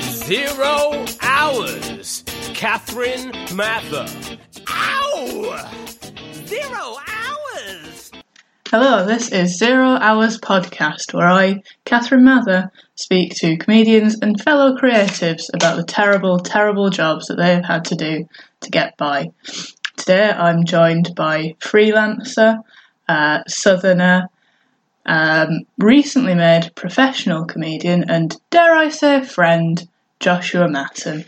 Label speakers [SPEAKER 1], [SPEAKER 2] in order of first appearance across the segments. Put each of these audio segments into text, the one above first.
[SPEAKER 1] Zero hours. Catherine Mather. Ow! Zero hours.
[SPEAKER 2] Hello, this is Zero Hours Podcast, where I, Catherine Mather, speak to comedians and fellow creatives about the terrible, terrible jobs that they have had to do to get by. Today I'm joined by freelancer, uh, southerner, um, recently made professional comedian, and dare I say, friend, Joshua Matson.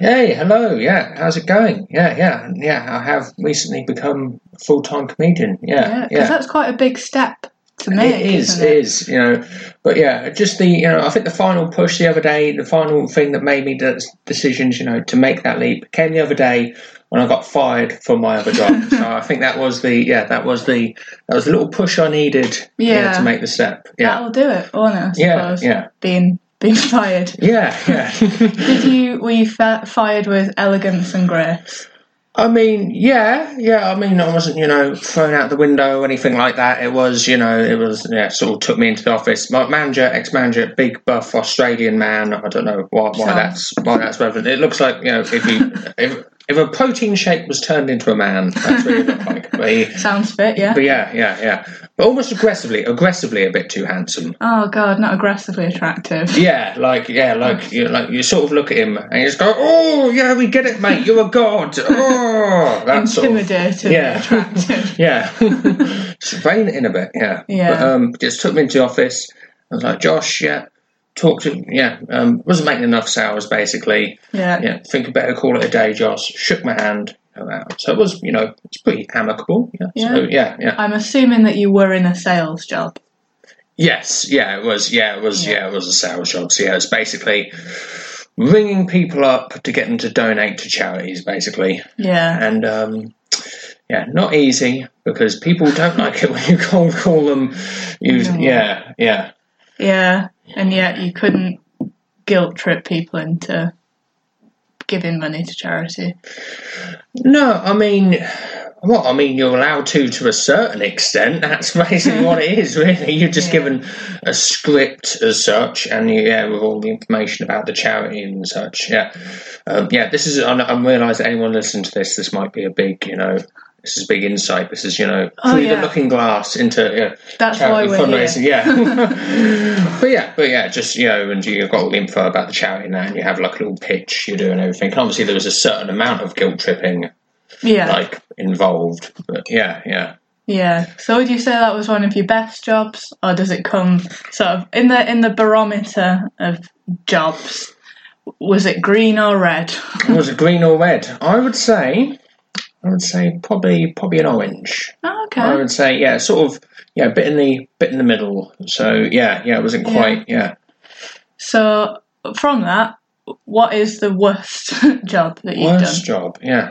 [SPEAKER 3] Hey, hello, yeah, how's it going? Yeah, yeah, yeah, I have recently become a full time comedian.
[SPEAKER 2] Yeah,
[SPEAKER 3] Yeah,
[SPEAKER 2] because
[SPEAKER 3] yeah.
[SPEAKER 2] that's quite a big step to make.
[SPEAKER 3] It is,
[SPEAKER 2] isn't
[SPEAKER 3] it is, you know, but yeah, just the, you know, I think the final push the other day, the final thing that made me the decisions, you know, to make that leap came the other day when I got fired from my other job. so I think that was the, yeah, that was the, that was the little push I needed yeah.
[SPEAKER 2] Yeah.
[SPEAKER 3] to make the step. Yeah,
[SPEAKER 2] That'll do it, won't it? I
[SPEAKER 3] yeah,
[SPEAKER 2] suppose.
[SPEAKER 3] yeah,
[SPEAKER 2] Being being fired.
[SPEAKER 3] yeah, yeah.
[SPEAKER 2] Did you were you fa- fired with elegance and grace?
[SPEAKER 3] I mean, yeah, yeah. I mean, I wasn't, you know, thrown out the window or anything like that. It was, you know, it was, yeah, sort of took me into the office. My manager, ex-manager, big buff Australian man. I don't know why, why
[SPEAKER 2] Sounds-
[SPEAKER 3] that's why that's relevant. It looks like, you know, if you if, if a protein shake was turned into a man, that's what it looked like. But, he,
[SPEAKER 2] Sounds fit, yeah.
[SPEAKER 3] but yeah, yeah, yeah. But almost aggressively, aggressively, a bit too handsome.
[SPEAKER 2] Oh god, not aggressively attractive.
[SPEAKER 3] Yeah, like yeah, like you like you sort of look at him and you just go, "Oh yeah, we get it, mate. You're a god." Oh, that sort of
[SPEAKER 2] Intimidating,
[SPEAKER 3] yeah.
[SPEAKER 2] attractive.
[SPEAKER 3] yeah. just rein it in a bit, yeah.
[SPEAKER 2] Yeah.
[SPEAKER 3] But, um, just took me into the office. I was like, Josh, yeah, talk to, yeah, um, wasn't making enough sales basically.
[SPEAKER 2] Yeah.
[SPEAKER 3] Yeah, think I better call it a day, Josh. Shook my hand. I'm out. So it was, you know, it's pretty amicable. Yeah, So,
[SPEAKER 2] Yeah.
[SPEAKER 3] yeah, yeah.
[SPEAKER 2] I'm assuming that you were in a sales job.
[SPEAKER 3] Yes, yeah, it was, yeah, it was,
[SPEAKER 2] Yeah.
[SPEAKER 3] yeah, it was a sales job. So yeah, it's basically ringing people up to get them to donate to charities, basically.
[SPEAKER 2] Yeah.
[SPEAKER 3] and um, yeah, not easy because people don't like it when you cold call them. You,
[SPEAKER 2] No.
[SPEAKER 3] yeah, yeah,
[SPEAKER 2] Yeah. And yet you couldn't guilt trip people into giving money to charity.
[SPEAKER 3] no, I mean. Well, I mean, you're allowed to to a certain extent. That's basically what it is, really. You're just
[SPEAKER 2] Yeah.
[SPEAKER 3] given a script as such, and you, yeah, with all the information about the charity and such. Yeah, um, yeah. This is. I, I realise that anyone listening to this, this might be a big, you know, this is big insight. This is, you know,
[SPEAKER 2] Oh,
[SPEAKER 3] through
[SPEAKER 2] yeah.
[SPEAKER 3] the looking glass into you know,
[SPEAKER 2] That's
[SPEAKER 3] charity
[SPEAKER 2] why we're
[SPEAKER 3] fundraising.
[SPEAKER 2] here.
[SPEAKER 3] Yeah. but yeah, but yeah, just you know, and you've got all the info about the charity and that, and you have like a little pitch you do and everything. And obviously, there was a certain amount of guilt tripping
[SPEAKER 2] Yeah.
[SPEAKER 3] like involved, but yeah, yeah.
[SPEAKER 2] Yeah. So would you say that was one of your best jobs, or does it come sort of in the in the barometer of jobs? Was it green or red?
[SPEAKER 3] Was it green or red? I would say, I would say probably probably an orange.
[SPEAKER 2] Oh,
[SPEAKER 3] I
[SPEAKER 2] okay.
[SPEAKER 3] would say yeah, sort of yeah, bit in the bit in the middle. So yeah, yeah, it wasn't quite yeah.
[SPEAKER 2] So from that, what is the worst job that you've
[SPEAKER 3] Worst job, yeah.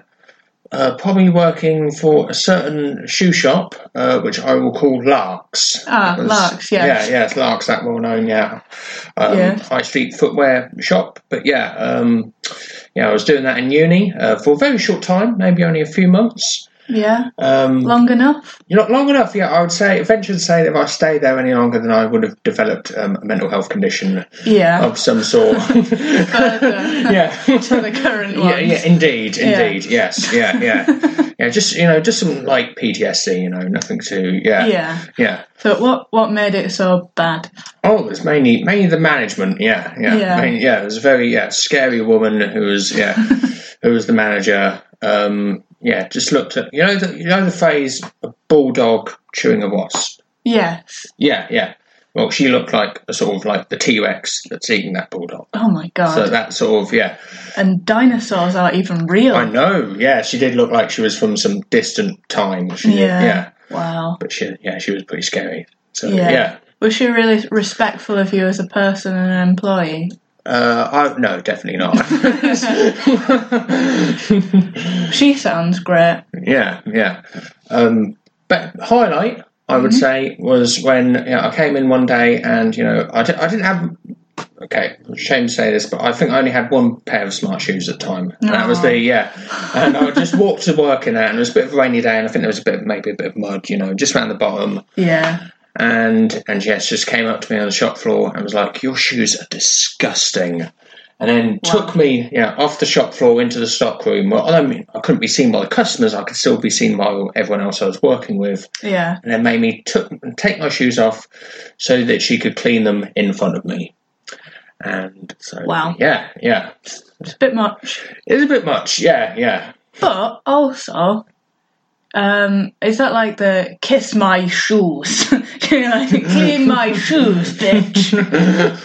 [SPEAKER 3] Uh, probably working for a certain shoe shop, uh, which I will call Larks.
[SPEAKER 2] Ah,
[SPEAKER 3] That was-
[SPEAKER 2] Larks, yeah.
[SPEAKER 3] Yeah, yeah, it's Larks, that well known, yeah. Um,
[SPEAKER 2] Yeah.
[SPEAKER 3] High street footwear shop. But yeah, um, yeah, I was doing that in uni uh, for a very short time, maybe only a few months.
[SPEAKER 2] done? Yeah.
[SPEAKER 3] Um,
[SPEAKER 2] Long enough?
[SPEAKER 3] you're not long enough yet, I would say. Eventually, say that if I stayed there any longer, then I would have developed um, a mental health condition
[SPEAKER 2] Yeah.
[SPEAKER 3] of some sort.
[SPEAKER 2] Further
[SPEAKER 3] yeah.
[SPEAKER 2] to the current
[SPEAKER 3] Yeah,
[SPEAKER 2] one.
[SPEAKER 3] yeah, indeed,
[SPEAKER 2] Yeah.
[SPEAKER 3] indeed, yes, yeah, yeah, yeah. Just you know, just some like PTSD, you know, nothing to, yeah,
[SPEAKER 2] Yeah.
[SPEAKER 3] yeah.
[SPEAKER 2] So what what made it so bad?
[SPEAKER 3] Oh, it's mainly mainly the management, yeah, yeah,
[SPEAKER 2] Yeah.
[SPEAKER 3] Main- yeah. It was a very yeah scary woman who was yeah who was the manager. Um, yeah, just looked at you know the, you know the phrase a bulldog chewing a wasp.
[SPEAKER 2] Yes.
[SPEAKER 3] Yeah, yeah. Well, she looked like a sort of like the T Rex that's eating that bulldog.
[SPEAKER 2] Oh my god.
[SPEAKER 3] So that sort of yeah.
[SPEAKER 2] and dinosaurs aren't even real.
[SPEAKER 3] I know. Yeah, she did look like she was from some distant time. She,
[SPEAKER 2] Yeah.
[SPEAKER 3] yeah.
[SPEAKER 2] Wow.
[SPEAKER 3] but she yeah she was pretty scary so
[SPEAKER 2] Yeah.
[SPEAKER 3] yeah,
[SPEAKER 2] Was she really respectful of you as a person and an employee?
[SPEAKER 3] Uh, I, no definitely not
[SPEAKER 2] She sounds great.
[SPEAKER 3] yeah yeah um, but highlight I would say was when you know, I came in one day and you know I, di- I didn't have okay shame to say this but I think I only had one pair of smart shoes at the time and that was
[SPEAKER 2] Aw.
[SPEAKER 3] the yeah and I just walked to work in that and it was a bit of a rainy day and I think there was a bit maybe a bit of mud you know just around the bottom
[SPEAKER 2] Yeah.
[SPEAKER 3] and and yes, just came up to me on the shop floor and was like, "Your shoes are disgusting." and then took me you know, off the shop floor into the stockroom. Well, I mean, I couldn't be seen by the customers. I could still be seen by everyone else I was working with.
[SPEAKER 2] Yeah.
[SPEAKER 3] And then made me took, take my shoes off so that she could clean them in front of me. And so,
[SPEAKER 2] Wow.
[SPEAKER 3] yeah, yeah,
[SPEAKER 2] It's a bit much.
[SPEAKER 3] it's a bit much. Yeah, yeah.
[SPEAKER 2] But also, um, is that like the kiss my shoes? you know, like, clean my shoes, bitch.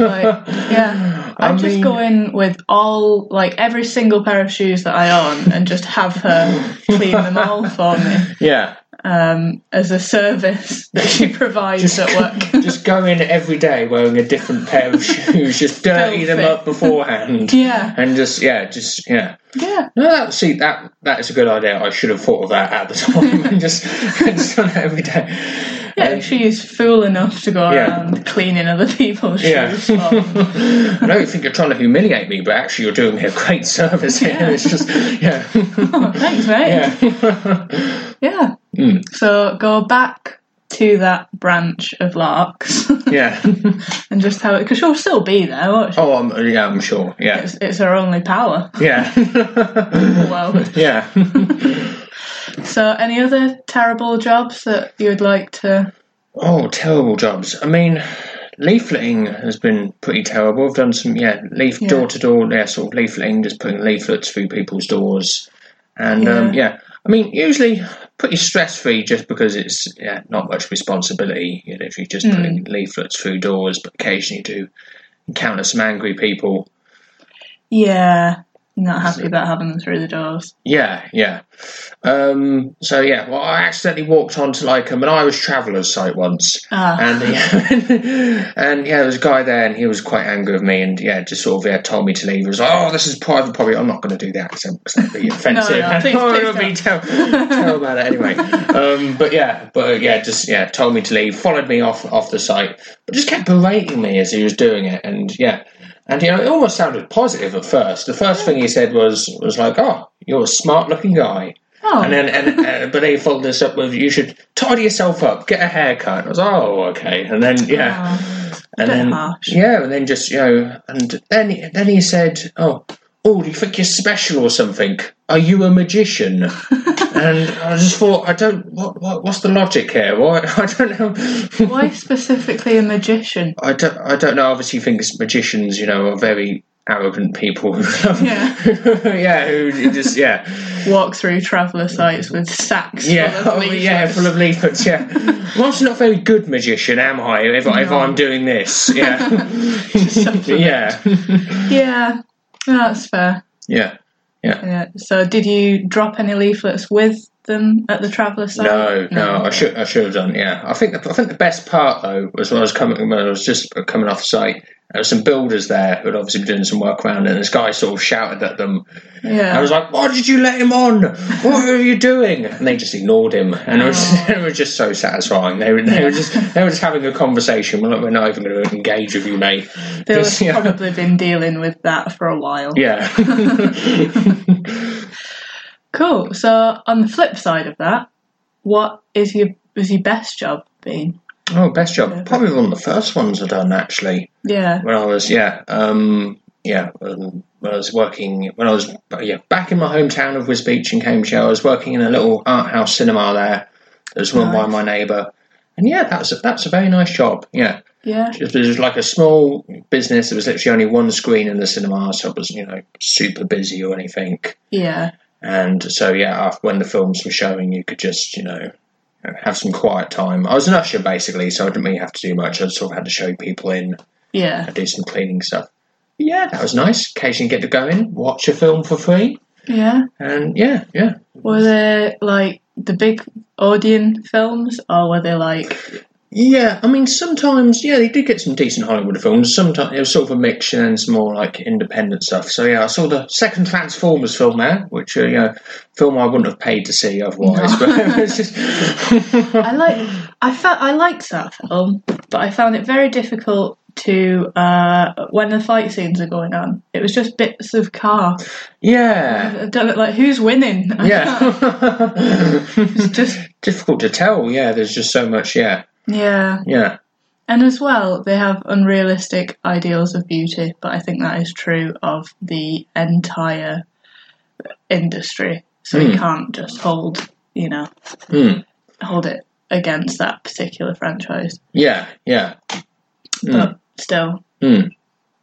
[SPEAKER 2] like, yeah. I,
[SPEAKER 3] I
[SPEAKER 2] just
[SPEAKER 3] mean-
[SPEAKER 2] go in with all, like every single pair of shoes that I own and just have her clean them all for me
[SPEAKER 3] Yeah,
[SPEAKER 2] um, as a service that she provides at work.
[SPEAKER 3] just go in every day wearing a different pair of shoes, just dirty them
[SPEAKER 2] Filthy.
[SPEAKER 3] up beforehand,
[SPEAKER 2] yeah.
[SPEAKER 3] and just yeah, just yeah.
[SPEAKER 2] Yeah.
[SPEAKER 3] No, that see that that is a good idea. I should have thought of that at the time and just, and just done it every day.
[SPEAKER 2] Yeah, she is fool enough to go
[SPEAKER 3] Um, Yeah.
[SPEAKER 2] around cleaning other people's
[SPEAKER 3] Yeah. um,
[SPEAKER 2] shoes. for them.
[SPEAKER 3] I don't think you're trying to humiliate me, but actually you're doing me a great service here. It's just yeah,
[SPEAKER 2] Oh, thanks, mate.
[SPEAKER 3] yeah, Hmm.
[SPEAKER 2] Yeah. So go back to that branch of larks
[SPEAKER 3] yeah.
[SPEAKER 2] and just have it, because she'll still be there, won't she?
[SPEAKER 3] Oh, I'm, yeah, I'm sure. Yeah,
[SPEAKER 2] It's, it's her only power.
[SPEAKER 3] yeah,
[SPEAKER 2] Well,
[SPEAKER 3] yeah.
[SPEAKER 2] so any other terrible jobs that you would like to?
[SPEAKER 3] Oh, terrible jobs. I mean, leafleting has been pretty terrible. I've done some, yeah, leaf
[SPEAKER 2] Yeah.
[SPEAKER 3] door to door, yeah, sort of leafleting, just putting leaflets through people's doors. And yeah, um, yeah. I mean, usually pretty stress free just because it's yeah, not much responsibility. You're literally just putting leaflets through doors, but occasionally you do encounter some angry people.
[SPEAKER 2] Yeah, not happy about having them through the doors.
[SPEAKER 3] Yeah, yeah. Um, so yeah, well, I accidentally walked onto like um, an Irish Travellers site once,
[SPEAKER 2] Ah.
[SPEAKER 3] and yeah, and yeah, there was a guy there, and he was quite angry with me, and yeah, just sort of yeah, told me to leave. He was like, "Oh, this is private property. I'm not going to do the accent because that'd be offensive.
[SPEAKER 2] no,
[SPEAKER 3] and
[SPEAKER 2] please,
[SPEAKER 3] oh,
[SPEAKER 2] please
[SPEAKER 3] it'll be
[SPEAKER 2] don't.
[SPEAKER 3] tell, tell about it anyway." um, but yeah, but uh, yeah, just yeah, told me to leave, followed me off off the site, but just kept berating me as he was doing it, and yeah. And you know, it almost sounded positive at first. The first thing he said was was like, "Oh, you're a smart-looking guy,"
[SPEAKER 2] Oh,
[SPEAKER 3] and then and uh, but then he followed this up with, "You should tidy yourself up, get a haircut." I was, "Oh, okay." And then yeah,
[SPEAKER 2] oh, bit
[SPEAKER 3] and then
[SPEAKER 2] harsh.
[SPEAKER 3] yeah, and then just you know, and then he- then he said, "Oh." Oh, do you think you're special or something? Are you a magician? and I just thought, I don't. What, what, what's the logic here? Why I don't know.
[SPEAKER 2] why specifically a magician?
[SPEAKER 3] I don't, I don't know. Obviously, thinks magicians, you know, are very arrogant people. who love- yeah, who just yeah,
[SPEAKER 2] Walk through traveller sites with sacks.
[SPEAKER 3] yeah,
[SPEAKER 2] full of
[SPEAKER 3] oh, yeah,
[SPEAKER 2] leaflets.
[SPEAKER 3] full of leaflets. Yeah, well, I'm not a very good magician, am I? If, if
[SPEAKER 2] No.
[SPEAKER 3] I'm doing this, yeah, yeah,
[SPEAKER 2] yeah. No, that's fair.
[SPEAKER 3] yeah, yeah.
[SPEAKER 2] Yeah. So, did you drop any leaflets with them at the traveller site?
[SPEAKER 3] No, no, I should, I should have done. Yeah, I think, the, I think the best part though was when I was coming, when I was just coming off site. There were some builders there who had obviously been doing some work around, and this guy sort of shouted at them. I
[SPEAKER 2] Yeah.
[SPEAKER 3] was like, "Why did you let him on? What are you doing?" And they just ignored him, and it
[SPEAKER 2] Oh.
[SPEAKER 3] was, it was just so satisfying. They were, they were just they were just having a conversation. We're, like, we're not even going to engage with you, mate.
[SPEAKER 2] They'll
[SPEAKER 3] Just,
[SPEAKER 2] have
[SPEAKER 3] yeah,
[SPEAKER 2] probably been dealing with that for a while.
[SPEAKER 3] yeah,
[SPEAKER 2] Cool. So, on the flip side of that, what is your was your best job been?
[SPEAKER 3] Oh, best job. Probably one of the first ones I've done actually.
[SPEAKER 2] Yeah.
[SPEAKER 3] When I was yeah, um, yeah, um, when I was working, when I was yeah back in my hometown of Wisbeach in Cambridgeshire, I was working in a little art house cinema there that was run by
[SPEAKER 2] Nice.
[SPEAKER 3] my neighbour. And yeah, that's a, that's a very nice job. Yeah.
[SPEAKER 2] Yeah.
[SPEAKER 3] It was like a small business. There was literally only one screen in the cinema, so it was you know super busy or anything.
[SPEAKER 2] Yeah.
[SPEAKER 3] And so yeah, after, when the films were showing, you could just you know have some quiet time. I was an usher basically, so I didn't really have to do much. I sort of had to show people in,
[SPEAKER 2] Yeah.
[SPEAKER 3] do some cleaning stuff. But yeah, that was nice. Occasionally get to go in, watch a film for free,
[SPEAKER 2] Yeah.
[SPEAKER 3] and yeah, yeah.
[SPEAKER 2] Were they like the big Odeon films, or were they like
[SPEAKER 3] Yeah, I mean, sometimes, yeah, they did get some decent Hollywood films. Sometimes it was sort of a mix and then some more like independent stuff. So, yeah, I saw the second Transformers film there, which, uh, you know, film I wouldn't have paid to see otherwise. But it was just,
[SPEAKER 2] I like I felt I liked that film, but I found it very difficult to uh, when the fight scenes are going on. It was just bits of car.
[SPEAKER 3] yeah,
[SPEAKER 2] I don't know, like who's winning.
[SPEAKER 3] yeah.
[SPEAKER 2] It's just
[SPEAKER 3] Difficult to tell, yeah, there's just so much, yeah,
[SPEAKER 2] yeah.
[SPEAKER 3] yeah.
[SPEAKER 2] And as well, they have unrealistic ideals of beauty, but I think that is true of the entire industry. So we can't just hold, you know,
[SPEAKER 3] Hmm.
[SPEAKER 2] hold it against that particular franchise.
[SPEAKER 3] Yeah, yeah,
[SPEAKER 2] But still,
[SPEAKER 3] Hmm.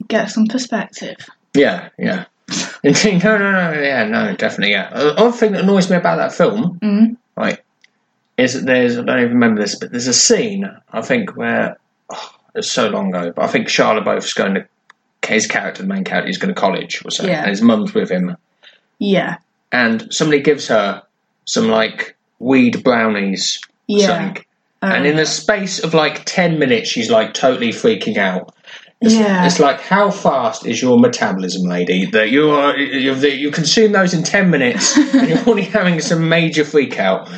[SPEAKER 2] get some perspective.
[SPEAKER 3] yeah, yeah. Indeed, no, no, no, yeah, no, definitely, yeah. Uh, Other thing that annoys me about that film,
[SPEAKER 2] Mm.
[SPEAKER 3] right, is that there's, I don't even remember this, but there's a scene, I think, where, oh, it's so long ago, but I think Shia LaBeouf's going to, his character, the main character, is going to college or something,
[SPEAKER 2] Yeah.
[SPEAKER 3] and his mum's with him,
[SPEAKER 2] Yeah.
[SPEAKER 3] and somebody gives her some, like, weed brownies or
[SPEAKER 2] Yeah.
[SPEAKER 3] something.
[SPEAKER 2] Um,
[SPEAKER 3] and in the space of like 10 minutes she's like totally freaking out it's,
[SPEAKER 2] Yeah.
[SPEAKER 3] it's like how fast is your metabolism lady that you are you, that you consume those in 10 minutes and you're already having some major freak out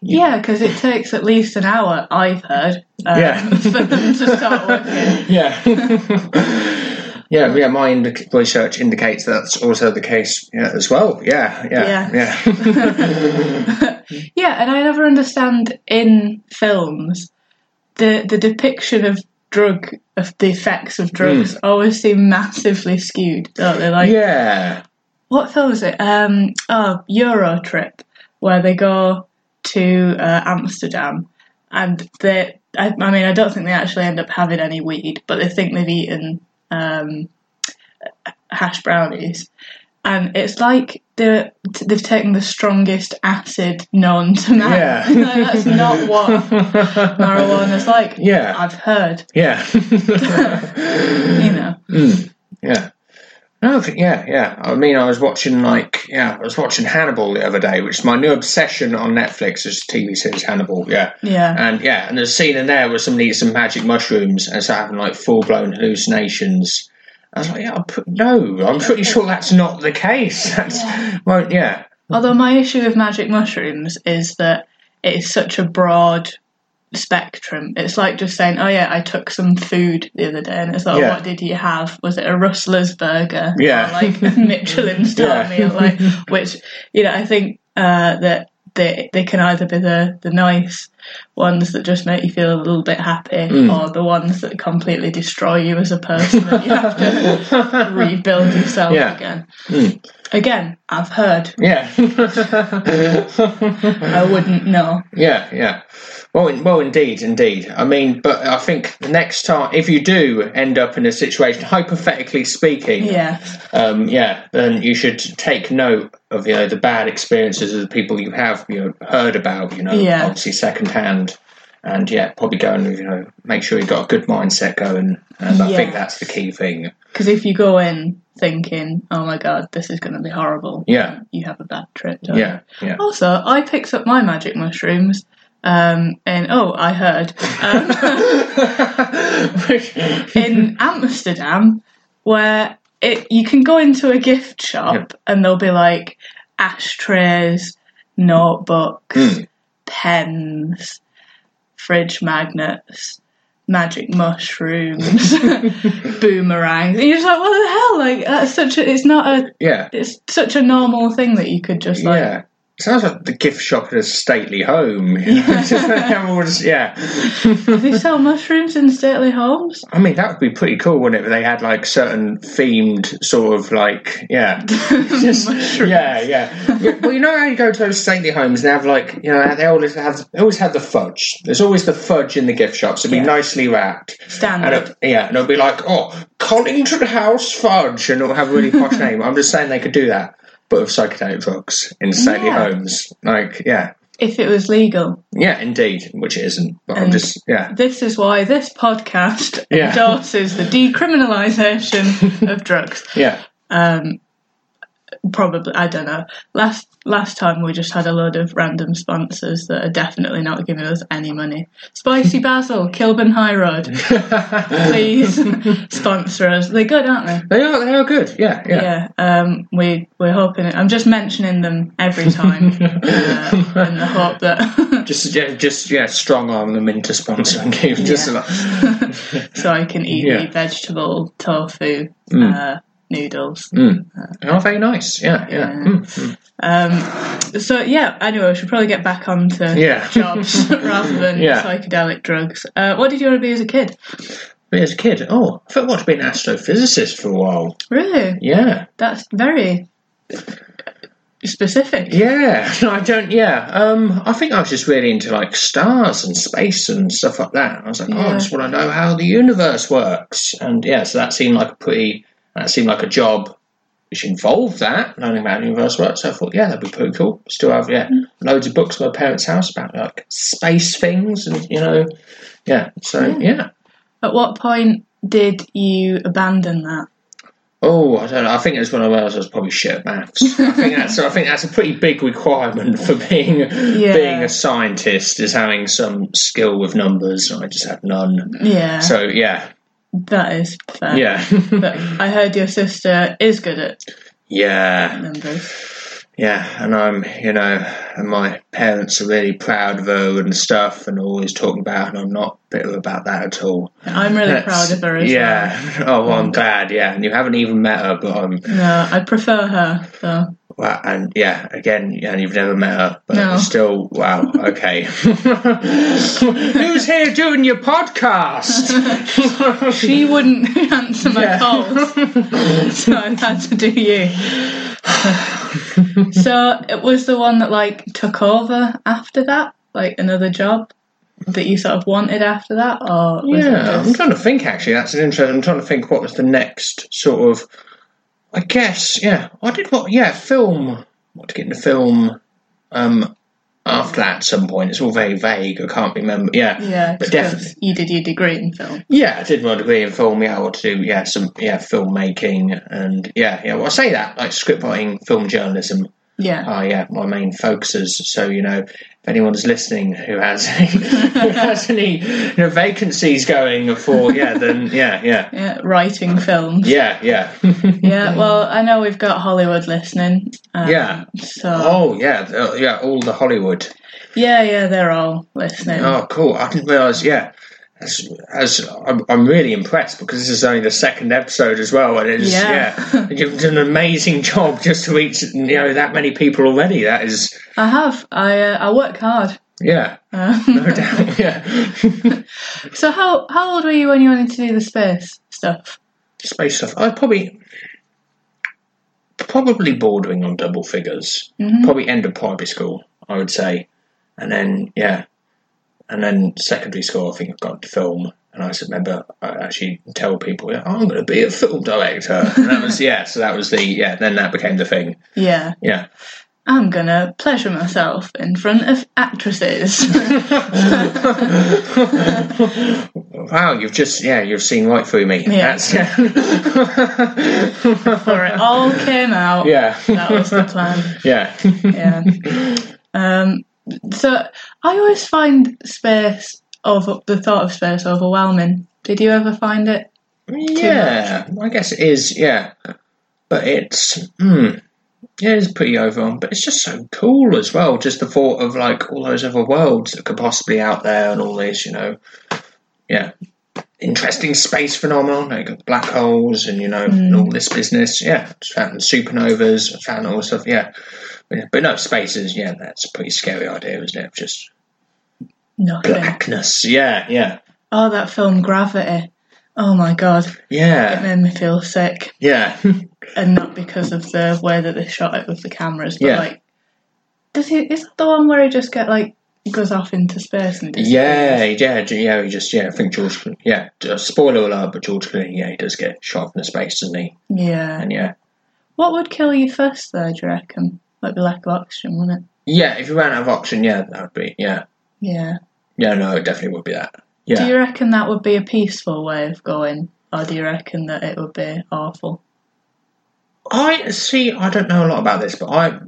[SPEAKER 2] yeah, because it takes at least an hour, I've heard, um,
[SPEAKER 3] Yeah.
[SPEAKER 2] for them to start working.
[SPEAKER 3] yeah yeah yeah my indic- research indicates that's also the case yeah, as well yeah yeah yeah
[SPEAKER 2] Yeah, and I never understand in films the the depiction of drug of the effects of
[SPEAKER 3] Hmm.
[SPEAKER 2] drugs always seem massively skewed, don't they? Like
[SPEAKER 3] yeah
[SPEAKER 2] what film was it? Um, oh, Euro Trip, where they go to uh, Amsterdam, and they. I, I mean, I don't think they actually end up having any weed, but they think they've eaten um, hash brownies, and it's like they're, they've taken the strongest acid known to man.
[SPEAKER 3] Yeah.
[SPEAKER 2] Like, that's not what marijuana's like.
[SPEAKER 3] Yeah.
[SPEAKER 2] I've heard.
[SPEAKER 3] yeah
[SPEAKER 2] You know,
[SPEAKER 3] Yeah. No, I think, yeah, yeah. I mean, I was watching like, yeah, I was watching Hannibal the other day, which is my new obsession on Netflix is TV series Hannibal. Yeah,
[SPEAKER 2] yeah,
[SPEAKER 3] and yeah, and there's a scene in there where somebody eats some magic mushrooms and start having like full blown hallucinations. I was like, yeah, I'm pr- no, I'm pretty sure that's not the case. That's well, yeah,
[SPEAKER 2] Although my issue with magic mushrooms is that it is such a broad spectrum. It's like just saying, "Oh yeah, I took some food the other day," and it's like,
[SPEAKER 3] Yeah.
[SPEAKER 2] "What did you have? Was it a Rustler's burger?
[SPEAKER 3] Yeah.
[SPEAKER 2] or like a Michelin star
[SPEAKER 3] Yeah.
[SPEAKER 2] meal?" Like, which you know, I think uh, that they they can either be the the nice ones that just make you feel a little bit happy,
[SPEAKER 3] Mm.
[SPEAKER 2] or the ones that completely destroy you as a person, and you have to rebuild yourself
[SPEAKER 3] Yeah. Mm.
[SPEAKER 2] again. Again, I've heard.
[SPEAKER 3] yeah.
[SPEAKER 2] I wouldn't know.
[SPEAKER 3] Yeah, yeah. Well, in, well, indeed, indeed. I mean, but I think the next time, if you do end up in a situation, hypothetically speaking,
[SPEAKER 2] Yeah,
[SPEAKER 3] um, yeah, then you should take note of you know the bad experiences of the people you have you know, heard about, you know,
[SPEAKER 2] Yeah.
[SPEAKER 3] obviously secondhand, and yeah, probably go and you know make sure you've got a good mindset going, and I think
[SPEAKER 2] Yeah.
[SPEAKER 3] that's the key thing.
[SPEAKER 2] because if you go in thinking, "Oh my god, this is going to be horrible,"
[SPEAKER 3] Yeah,
[SPEAKER 2] you have a bad trip. Don't
[SPEAKER 3] yeah, yeah.
[SPEAKER 2] You? Also, I picked up my magic mushrooms, um, and oh, I heard um, in Amsterdam where it you can go into a gift shop and they'll be like ashtrays, notebooks, pens, fridge magnets. Magic mushrooms, boomerangs. And you're just like, what the hell? Like, that's such a. It's not a
[SPEAKER 3] yeah.
[SPEAKER 2] it's such a normal thing that you could just like
[SPEAKER 3] yeah. Sounds like the gift shop at a stately home. you know. Everyone's- yeah.
[SPEAKER 2] they sell mushrooms in stately homes
[SPEAKER 3] I mean, that would be pretty cool, wouldn't it? If they had like certain themed sort of like, yeah. Just- yeah, yeah. Yeah, Well, you know how you go to those stately homes and they have like, you know, they always have, they always have the fudge. There's always the fudge in the gift shops. It'd be
[SPEAKER 2] Yeah. Mm.
[SPEAKER 3] nicely wrapped. And
[SPEAKER 2] standard
[SPEAKER 3] it, yeah, and it'll be like, oh, Collington House Fudge, and it'll have a really posh name. I'm just saying they could do that, but with psychedelic drugs in stately
[SPEAKER 2] Yeah.
[SPEAKER 3] homes. Like, yeah.
[SPEAKER 2] if it was legal
[SPEAKER 3] Yeah, indeed, which it isn't. But I'm
[SPEAKER 2] And-
[SPEAKER 3] just yeah,
[SPEAKER 2] this is why this podcast
[SPEAKER 3] Yeah.
[SPEAKER 2] endorses the decriminalization of drugs
[SPEAKER 3] yeah,
[SPEAKER 2] probably i don't know last last time we just had a load of random sponsors that are definitely not giving us any money spicy basil kilburn high road please sponsor us they're good aren't they
[SPEAKER 3] they are they are good. Yeah, yeah,
[SPEAKER 2] yeah, um, we we're hoping. I'm just mentioning them every time uh, in the hope that
[SPEAKER 3] Just yeah, just yeah, strong arm them into sponsoring you. Just like,
[SPEAKER 2] so I can eat
[SPEAKER 3] Yeah. Mm.
[SPEAKER 2] the vegetable tofu. Uh, noodles.
[SPEAKER 3] Oh, very nice. Yeah, yeah.
[SPEAKER 2] Yeah.
[SPEAKER 3] Mm.
[SPEAKER 2] Um, So yeah, anyway, we should probably get back on to
[SPEAKER 3] Yeah.
[SPEAKER 2] jobs rather than
[SPEAKER 3] Yeah.
[SPEAKER 2] psychedelic drugs. Uh, what did you want to be as a kid?
[SPEAKER 3] But as a kid, oh, I thought I wanted to be an astrophysicist for a while.
[SPEAKER 2] Really?
[SPEAKER 3] Yeah,
[SPEAKER 2] That's very specific.
[SPEAKER 3] yeah. No, I don't. Yeah, um, I think I was just really into like stars and space and stuff like that. I was like, oh, I
[SPEAKER 2] Yeah.
[SPEAKER 3] just want to know how the universe works. And yeah, so that seemed like a pretty. That seemed like a job which involved that learning about how the universe works. So I thought, yeah, that'd be pretty cool. Still have yeah, loads of books at my parents' house about like space things and you know, yeah. So yeah.
[SPEAKER 2] At what point did you abandon that?
[SPEAKER 3] Oh, I don't know. I think it's when I realised I was probably shit at maths. I think that's I think that's a pretty big requirement for being being a scientist is having some skill with numbers, and I just had none.
[SPEAKER 2] Yeah,
[SPEAKER 3] So yeah,
[SPEAKER 2] that is fair.
[SPEAKER 3] yeah,
[SPEAKER 2] But I heard your sister is good at
[SPEAKER 3] yeah,
[SPEAKER 2] numbers.
[SPEAKER 3] yeah. And I'm you know, and my parents are really proud of her and stuff, and always talking about, her, and I'm not bitter about that at all.
[SPEAKER 2] I'm really
[SPEAKER 3] That's-
[SPEAKER 2] proud of her as Mm.
[SPEAKER 3] yeah. Oh, well, I'm glad. Yeah, and you haven't even met her, but I'm
[SPEAKER 2] well. No, I prefer her though.
[SPEAKER 3] Wow, and yeah, again, and you've never met her, but
[SPEAKER 2] No.
[SPEAKER 3] still, wow, okay. Who's here doing your podcast?
[SPEAKER 2] She wouldn't answer my
[SPEAKER 3] Yeah.
[SPEAKER 2] calls, so I've had to do you. so it was the one that like took over after that, like another job that you sort of wanted after that, or was
[SPEAKER 3] yeah,
[SPEAKER 2] it
[SPEAKER 3] I'm
[SPEAKER 2] just,
[SPEAKER 3] trying to think. Actually, that's an interesting. I'm trying to think what was the next sort of. I guess, yeah, I did what? Yeah, film. What to get into film? Um, after that, at some point, it's all very vague. I can't remember. Yeah,
[SPEAKER 2] yeah,
[SPEAKER 3] but
[SPEAKER 2] because
[SPEAKER 3] definitely.
[SPEAKER 2] you did your degree in film.
[SPEAKER 3] Yeah, I did my degree in film. Yeah, I want to do yeah some yeah filmmaking and yeah yeah. Well, I say that like script writing, film journalism
[SPEAKER 2] Yeah,
[SPEAKER 3] are yeah my main focuses. So you know, if anyone's listening who has who has any you know, vacancies going for yeah, then yeah yeah
[SPEAKER 2] yeah, writing films.
[SPEAKER 3] yeah yeah
[SPEAKER 2] Yeah, well, I know we've got Hollywood listening. Um,
[SPEAKER 3] yeah.
[SPEAKER 2] So
[SPEAKER 3] Oh yeah uh, yeah all the Hollywood.
[SPEAKER 2] yeah, yeah, they're all listening.
[SPEAKER 3] Oh cool! I didn't realize. Yeah. As, as I'm, I'm really impressed because this is only the second episode as well, and it's
[SPEAKER 2] Yeah.
[SPEAKER 3] yeah, you've done an amazing job just to reach you know that many people already. That is
[SPEAKER 2] I have. I uh, I work hard. Um,
[SPEAKER 3] yeah, no doubt. Yeah,
[SPEAKER 2] So how how old were you when you wanted to do the space stuff?
[SPEAKER 3] space stuff. I probably probably bordering on double figures. Probably end of primary school, I would say, and then yeah, and then secondary school. I think I've got to film, and I just remember I actually tell people, yeah, I'm going to be a film director. And that was yeah, so that was the yeah. Then that became the thing.
[SPEAKER 2] Yeah,
[SPEAKER 3] Yeah,
[SPEAKER 2] I'm gonna pleasure myself in front of actresses.
[SPEAKER 3] wow, you've just yeah, you've seen right through me.
[SPEAKER 2] Yeah.
[SPEAKER 3] That's yeah,
[SPEAKER 2] Before it all came out,
[SPEAKER 3] yeah,
[SPEAKER 2] that was the plan.
[SPEAKER 3] yeah.
[SPEAKER 2] Yeah. Um. So I always find space over the thought of space overwhelming. Did you ever find it?
[SPEAKER 3] Yeah, I guess it is. Yeah, but it's mm, yeah, it's pretty overwhelming. But it's just so cool as well. Just the thought of like all those other worlds that could possibly be out there, and all this, you know, yeah, interesting space phenomenon like black holes, and you know, and all this business. Yeah, found supernovas, found all this stuff. Yeah, but, but no spaces. Yeah, that's a pretty scary idea, isn't it? Just
[SPEAKER 2] Nothing.
[SPEAKER 3] blackness. Yeah, yeah,
[SPEAKER 2] Oh, that film Gravity. Oh my god, it
[SPEAKER 3] yeah,
[SPEAKER 2] made me feel sick.
[SPEAKER 3] yeah, hmm.
[SPEAKER 2] and not because of the way that they shot it with the cameras, but
[SPEAKER 3] Yeah.
[SPEAKER 2] like, does he? Is that the one where he just get like goes off into space and disappears?
[SPEAKER 3] Yeah, yeah, Ju- yeah. He just yeah. I think George. Clooney- Yeah, uh, spoiler alert, but George Clooney. Yeah, he does get shot in the space, doesn't he?
[SPEAKER 2] yeah.
[SPEAKER 3] And yeah,
[SPEAKER 2] What would kill you first, though? Do you reckon? Like the lack of oxygen, wouldn't it?
[SPEAKER 3] yeah. If you ran out of oxygen, yeah, that would be yeah,
[SPEAKER 2] Yeah.
[SPEAKER 3] yeah. No, it definitely would be that. Yeah,
[SPEAKER 2] Do you reckon that would be a peaceful way of going, or do you reckon that it would be awful?
[SPEAKER 3] I see. I don't know a lot about this, but I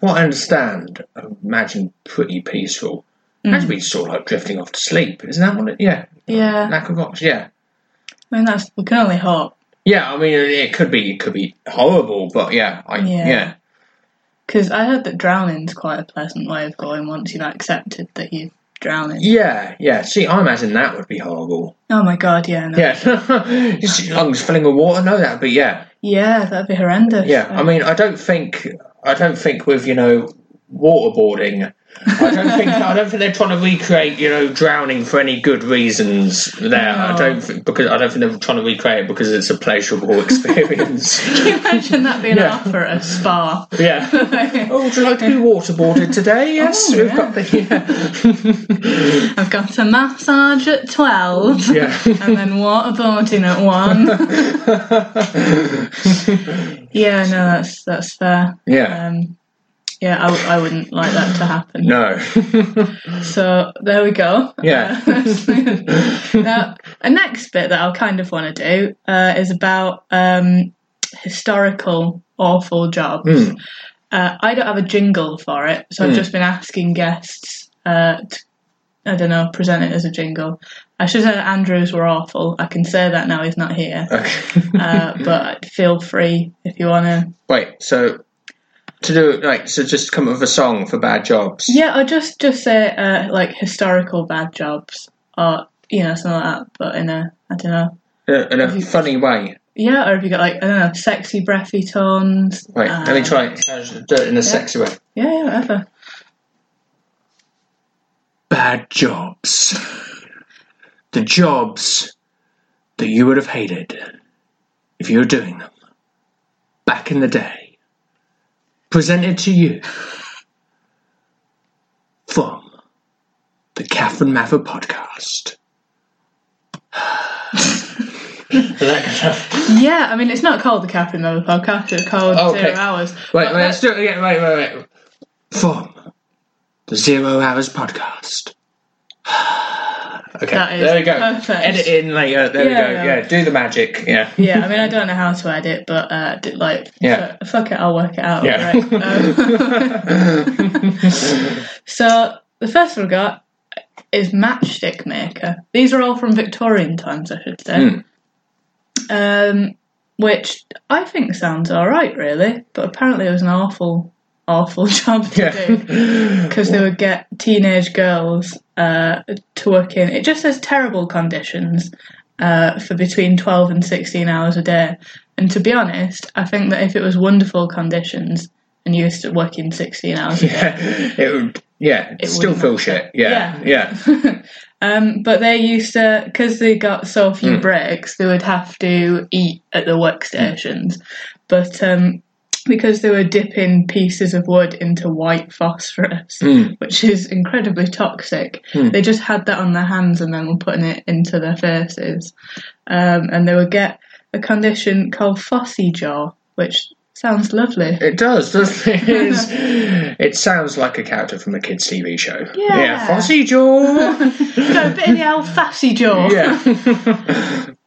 [SPEAKER 3] what I understand, I imagine pretty peaceful.
[SPEAKER 2] Mm.
[SPEAKER 3] Imagine be sort of like drifting off to sleep. Isn't that what? It, yeah,
[SPEAKER 2] Yeah.
[SPEAKER 3] lack of oxygen. Yeah.
[SPEAKER 2] I mean, that's we can only hope.
[SPEAKER 3] Yeah, I mean, it it could be, it could be horrible, but yeah, I,
[SPEAKER 2] Yeah.
[SPEAKER 3] yeah,
[SPEAKER 2] Because I heard that drowning's quite a pleasant way of going once you've accepted that you're drowning.
[SPEAKER 3] yeah, yeah. See, I imagine that would be horrible.
[SPEAKER 2] Oh my god, yeah, no.
[SPEAKER 3] Yeah, Just your lungs filling with water. No, that, but yeah,
[SPEAKER 2] Yeah, that'd be horrendous.
[SPEAKER 3] Yeah, I mean, I don't think I don't think with you know waterboarding. I don't think I don't think they're trying to recreate you know drowning for any good reasons. There, I
[SPEAKER 2] No.
[SPEAKER 3] don't think, because I don't think they're trying to recreate it because it's a pleasurable experience.
[SPEAKER 2] Can you imagine that being
[SPEAKER 3] Yeah.
[SPEAKER 2] an offer at a spa?
[SPEAKER 3] yeah. Oh, would you like to be waterboarded today? Yes,
[SPEAKER 2] Oh,
[SPEAKER 3] we've
[SPEAKER 2] yeah.
[SPEAKER 3] got the
[SPEAKER 2] I've got a massage at 12
[SPEAKER 3] yeah.
[SPEAKER 2] and then waterboarding at 1. yeah, no, that's that's fair.
[SPEAKER 3] Yeah.
[SPEAKER 2] Um, yeah, I, w- I wouldn't like that to happen.
[SPEAKER 3] No.
[SPEAKER 2] So there we go.
[SPEAKER 3] Yeah.
[SPEAKER 2] now, a next bit that I kind of want to do uh, is about um, historical awful jobs. Uh, I don't have a jingle for it, so I've just been asking guests. Uh, to, I don't know, present it as a jingle. I should say that Andrews were awful. I can say that now he's not here.
[SPEAKER 3] Okay.
[SPEAKER 2] Uh, but feel free if you want to.
[SPEAKER 3] Wait. So to do like so, just come up with a song for bad jobs.
[SPEAKER 2] Yeah, or just just say uh, like historical bad jobs or you know something like that, but in a I don't know.
[SPEAKER 3] Uh, In a funny way.
[SPEAKER 2] Yeah, or if you got like I don't know, sexy breathy tones.
[SPEAKER 3] Wait. let me
[SPEAKER 2] uh,
[SPEAKER 3] try it. Casual- Do it in a sexy way.
[SPEAKER 2] Yeah, yeah, whatever.
[SPEAKER 3] bad jobs. The jobs that you would have hated if you were doing them back in the day. Presented to you from the Catherine Mather podcast.
[SPEAKER 2] Yeah, I mean it's not called the Catherine Miller podcast. It's called
[SPEAKER 3] Oh, Okay.
[SPEAKER 2] Zero Hours.
[SPEAKER 3] Wait, wait, let's do it again. Wait, wait, wait. From the Zero Hours podcast. okay,
[SPEAKER 2] That is
[SPEAKER 3] there we go.
[SPEAKER 2] perfect.
[SPEAKER 3] Edit in later. There
[SPEAKER 2] Yeah,
[SPEAKER 3] we go.
[SPEAKER 2] yeah.
[SPEAKER 3] Yeah, do the magic. Yeah.
[SPEAKER 2] Yeah, I mean I don't know how to edit, but uh, d- like
[SPEAKER 3] Yeah.
[SPEAKER 2] fu- fuck it, I'll work it out.
[SPEAKER 3] Yeah.
[SPEAKER 2] Right? Um, so the first we've got is matchstick maker. These are all from Victorian times, I should say. Um, which I think sounds all right, really, but apparently it was an awful, awful job to
[SPEAKER 3] Yeah.
[SPEAKER 2] do. because they would get teenage girls uh, to work in. It just says terrible conditions uh, for between 12 and 16 hours a day. And to be honest, I think that if it was wonderful conditions and you used to work in 16 hours a day,
[SPEAKER 3] it would yeah still
[SPEAKER 2] would
[SPEAKER 3] feel
[SPEAKER 2] matter.
[SPEAKER 3] shit yeah yeah
[SPEAKER 2] um, but they used to, because they got so few breaks, they would have to eat at the workstations. But um, because they were dipping pieces of wood into white phosphorus, which is incredibly toxic, they just had that on their hands and then were putting it into their faces. Um, and they would get a condition called fossy jaw, which sounds lovely.
[SPEAKER 3] it does doesn't it It is- it sounds like a character from a kids tv show
[SPEAKER 2] Yeah.
[SPEAKER 3] Fossy jaw
[SPEAKER 2] Got a bit of the old fossy jaw.
[SPEAKER 3] yeah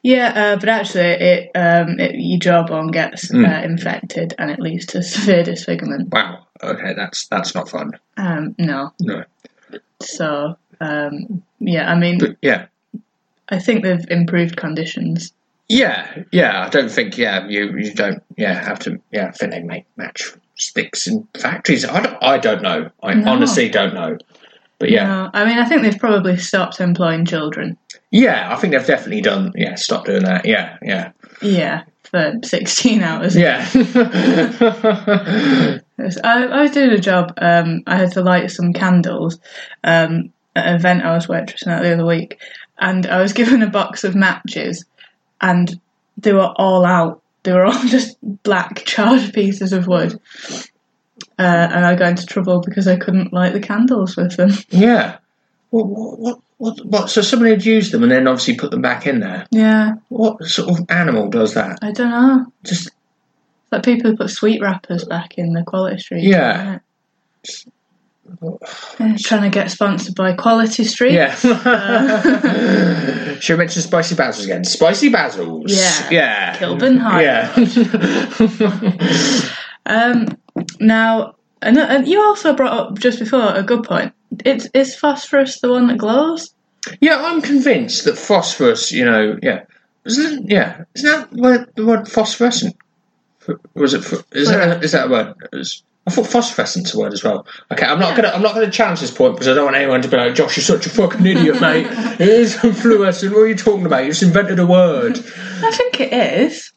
[SPEAKER 2] Yeah, uh, but actually, it, um, it your jawbone gets
[SPEAKER 3] Hmm.
[SPEAKER 2] uh, infected and it leads to severe disfigurement.
[SPEAKER 3] wow okay that's that's not fun
[SPEAKER 2] Um, no,
[SPEAKER 3] no
[SPEAKER 2] so um, yeah, I mean,
[SPEAKER 3] but yeah
[SPEAKER 2] I think they've improved conditions.
[SPEAKER 3] yeah yeah i don't think yeah you you don't yeah have to yeah i think they make match sticks in factories i don't, I don't know i honestly don't know but yeah
[SPEAKER 2] No, Uh, I mean, I think they've probably stopped employing children.
[SPEAKER 3] yeah i think they've definitely done yeah stop doing that yeah yeah
[SPEAKER 2] Yeah, for sixteen hours.
[SPEAKER 3] yeah
[SPEAKER 2] Yes, I, I was doing a job. Um, I had to light some candles um, at an event I was waitressing at the other week, and I was given a box of matches, and they were all out. They were all just black charred pieces of wood, uh, and I got into trouble because I couldn't light the candles with them.
[SPEAKER 3] Yeah. What, what, what, what, what? So somebody had used them and then obviously put them back in there.
[SPEAKER 2] Yeah,
[SPEAKER 3] What sort of animal does that?
[SPEAKER 2] I don't know.
[SPEAKER 3] Just
[SPEAKER 2] It's like people who put sweet wrappers back in the Quality Street.
[SPEAKER 3] Yeah.
[SPEAKER 2] isn't it? Yeah, trying to get sponsored by Quality Street.
[SPEAKER 3] yeah. Should we mention spicy basil again? Spicy basils.
[SPEAKER 2] uh, Yeah.
[SPEAKER 3] Yeah.
[SPEAKER 2] Kilburn High.
[SPEAKER 3] Yeah.
[SPEAKER 2] Um, now, and, and you also brought up just before a good point. It's is phosphorus the one that glows?
[SPEAKER 3] yeah. I'm convinced that phosphorus. You know. Yeah. Isn't it, yeah. Isn't that where the word phosphorescent? Was it? ph- Is that is that a word? Is- I thought phosphorescent's a word as well. Okay, I'm not gonna I'm not gonna challenge this point because I don't want anyone to be like, Josh, you're such a fucking idiot, mate. it is fluorescent. What are you talking about? You just invented a word.
[SPEAKER 2] I think it is.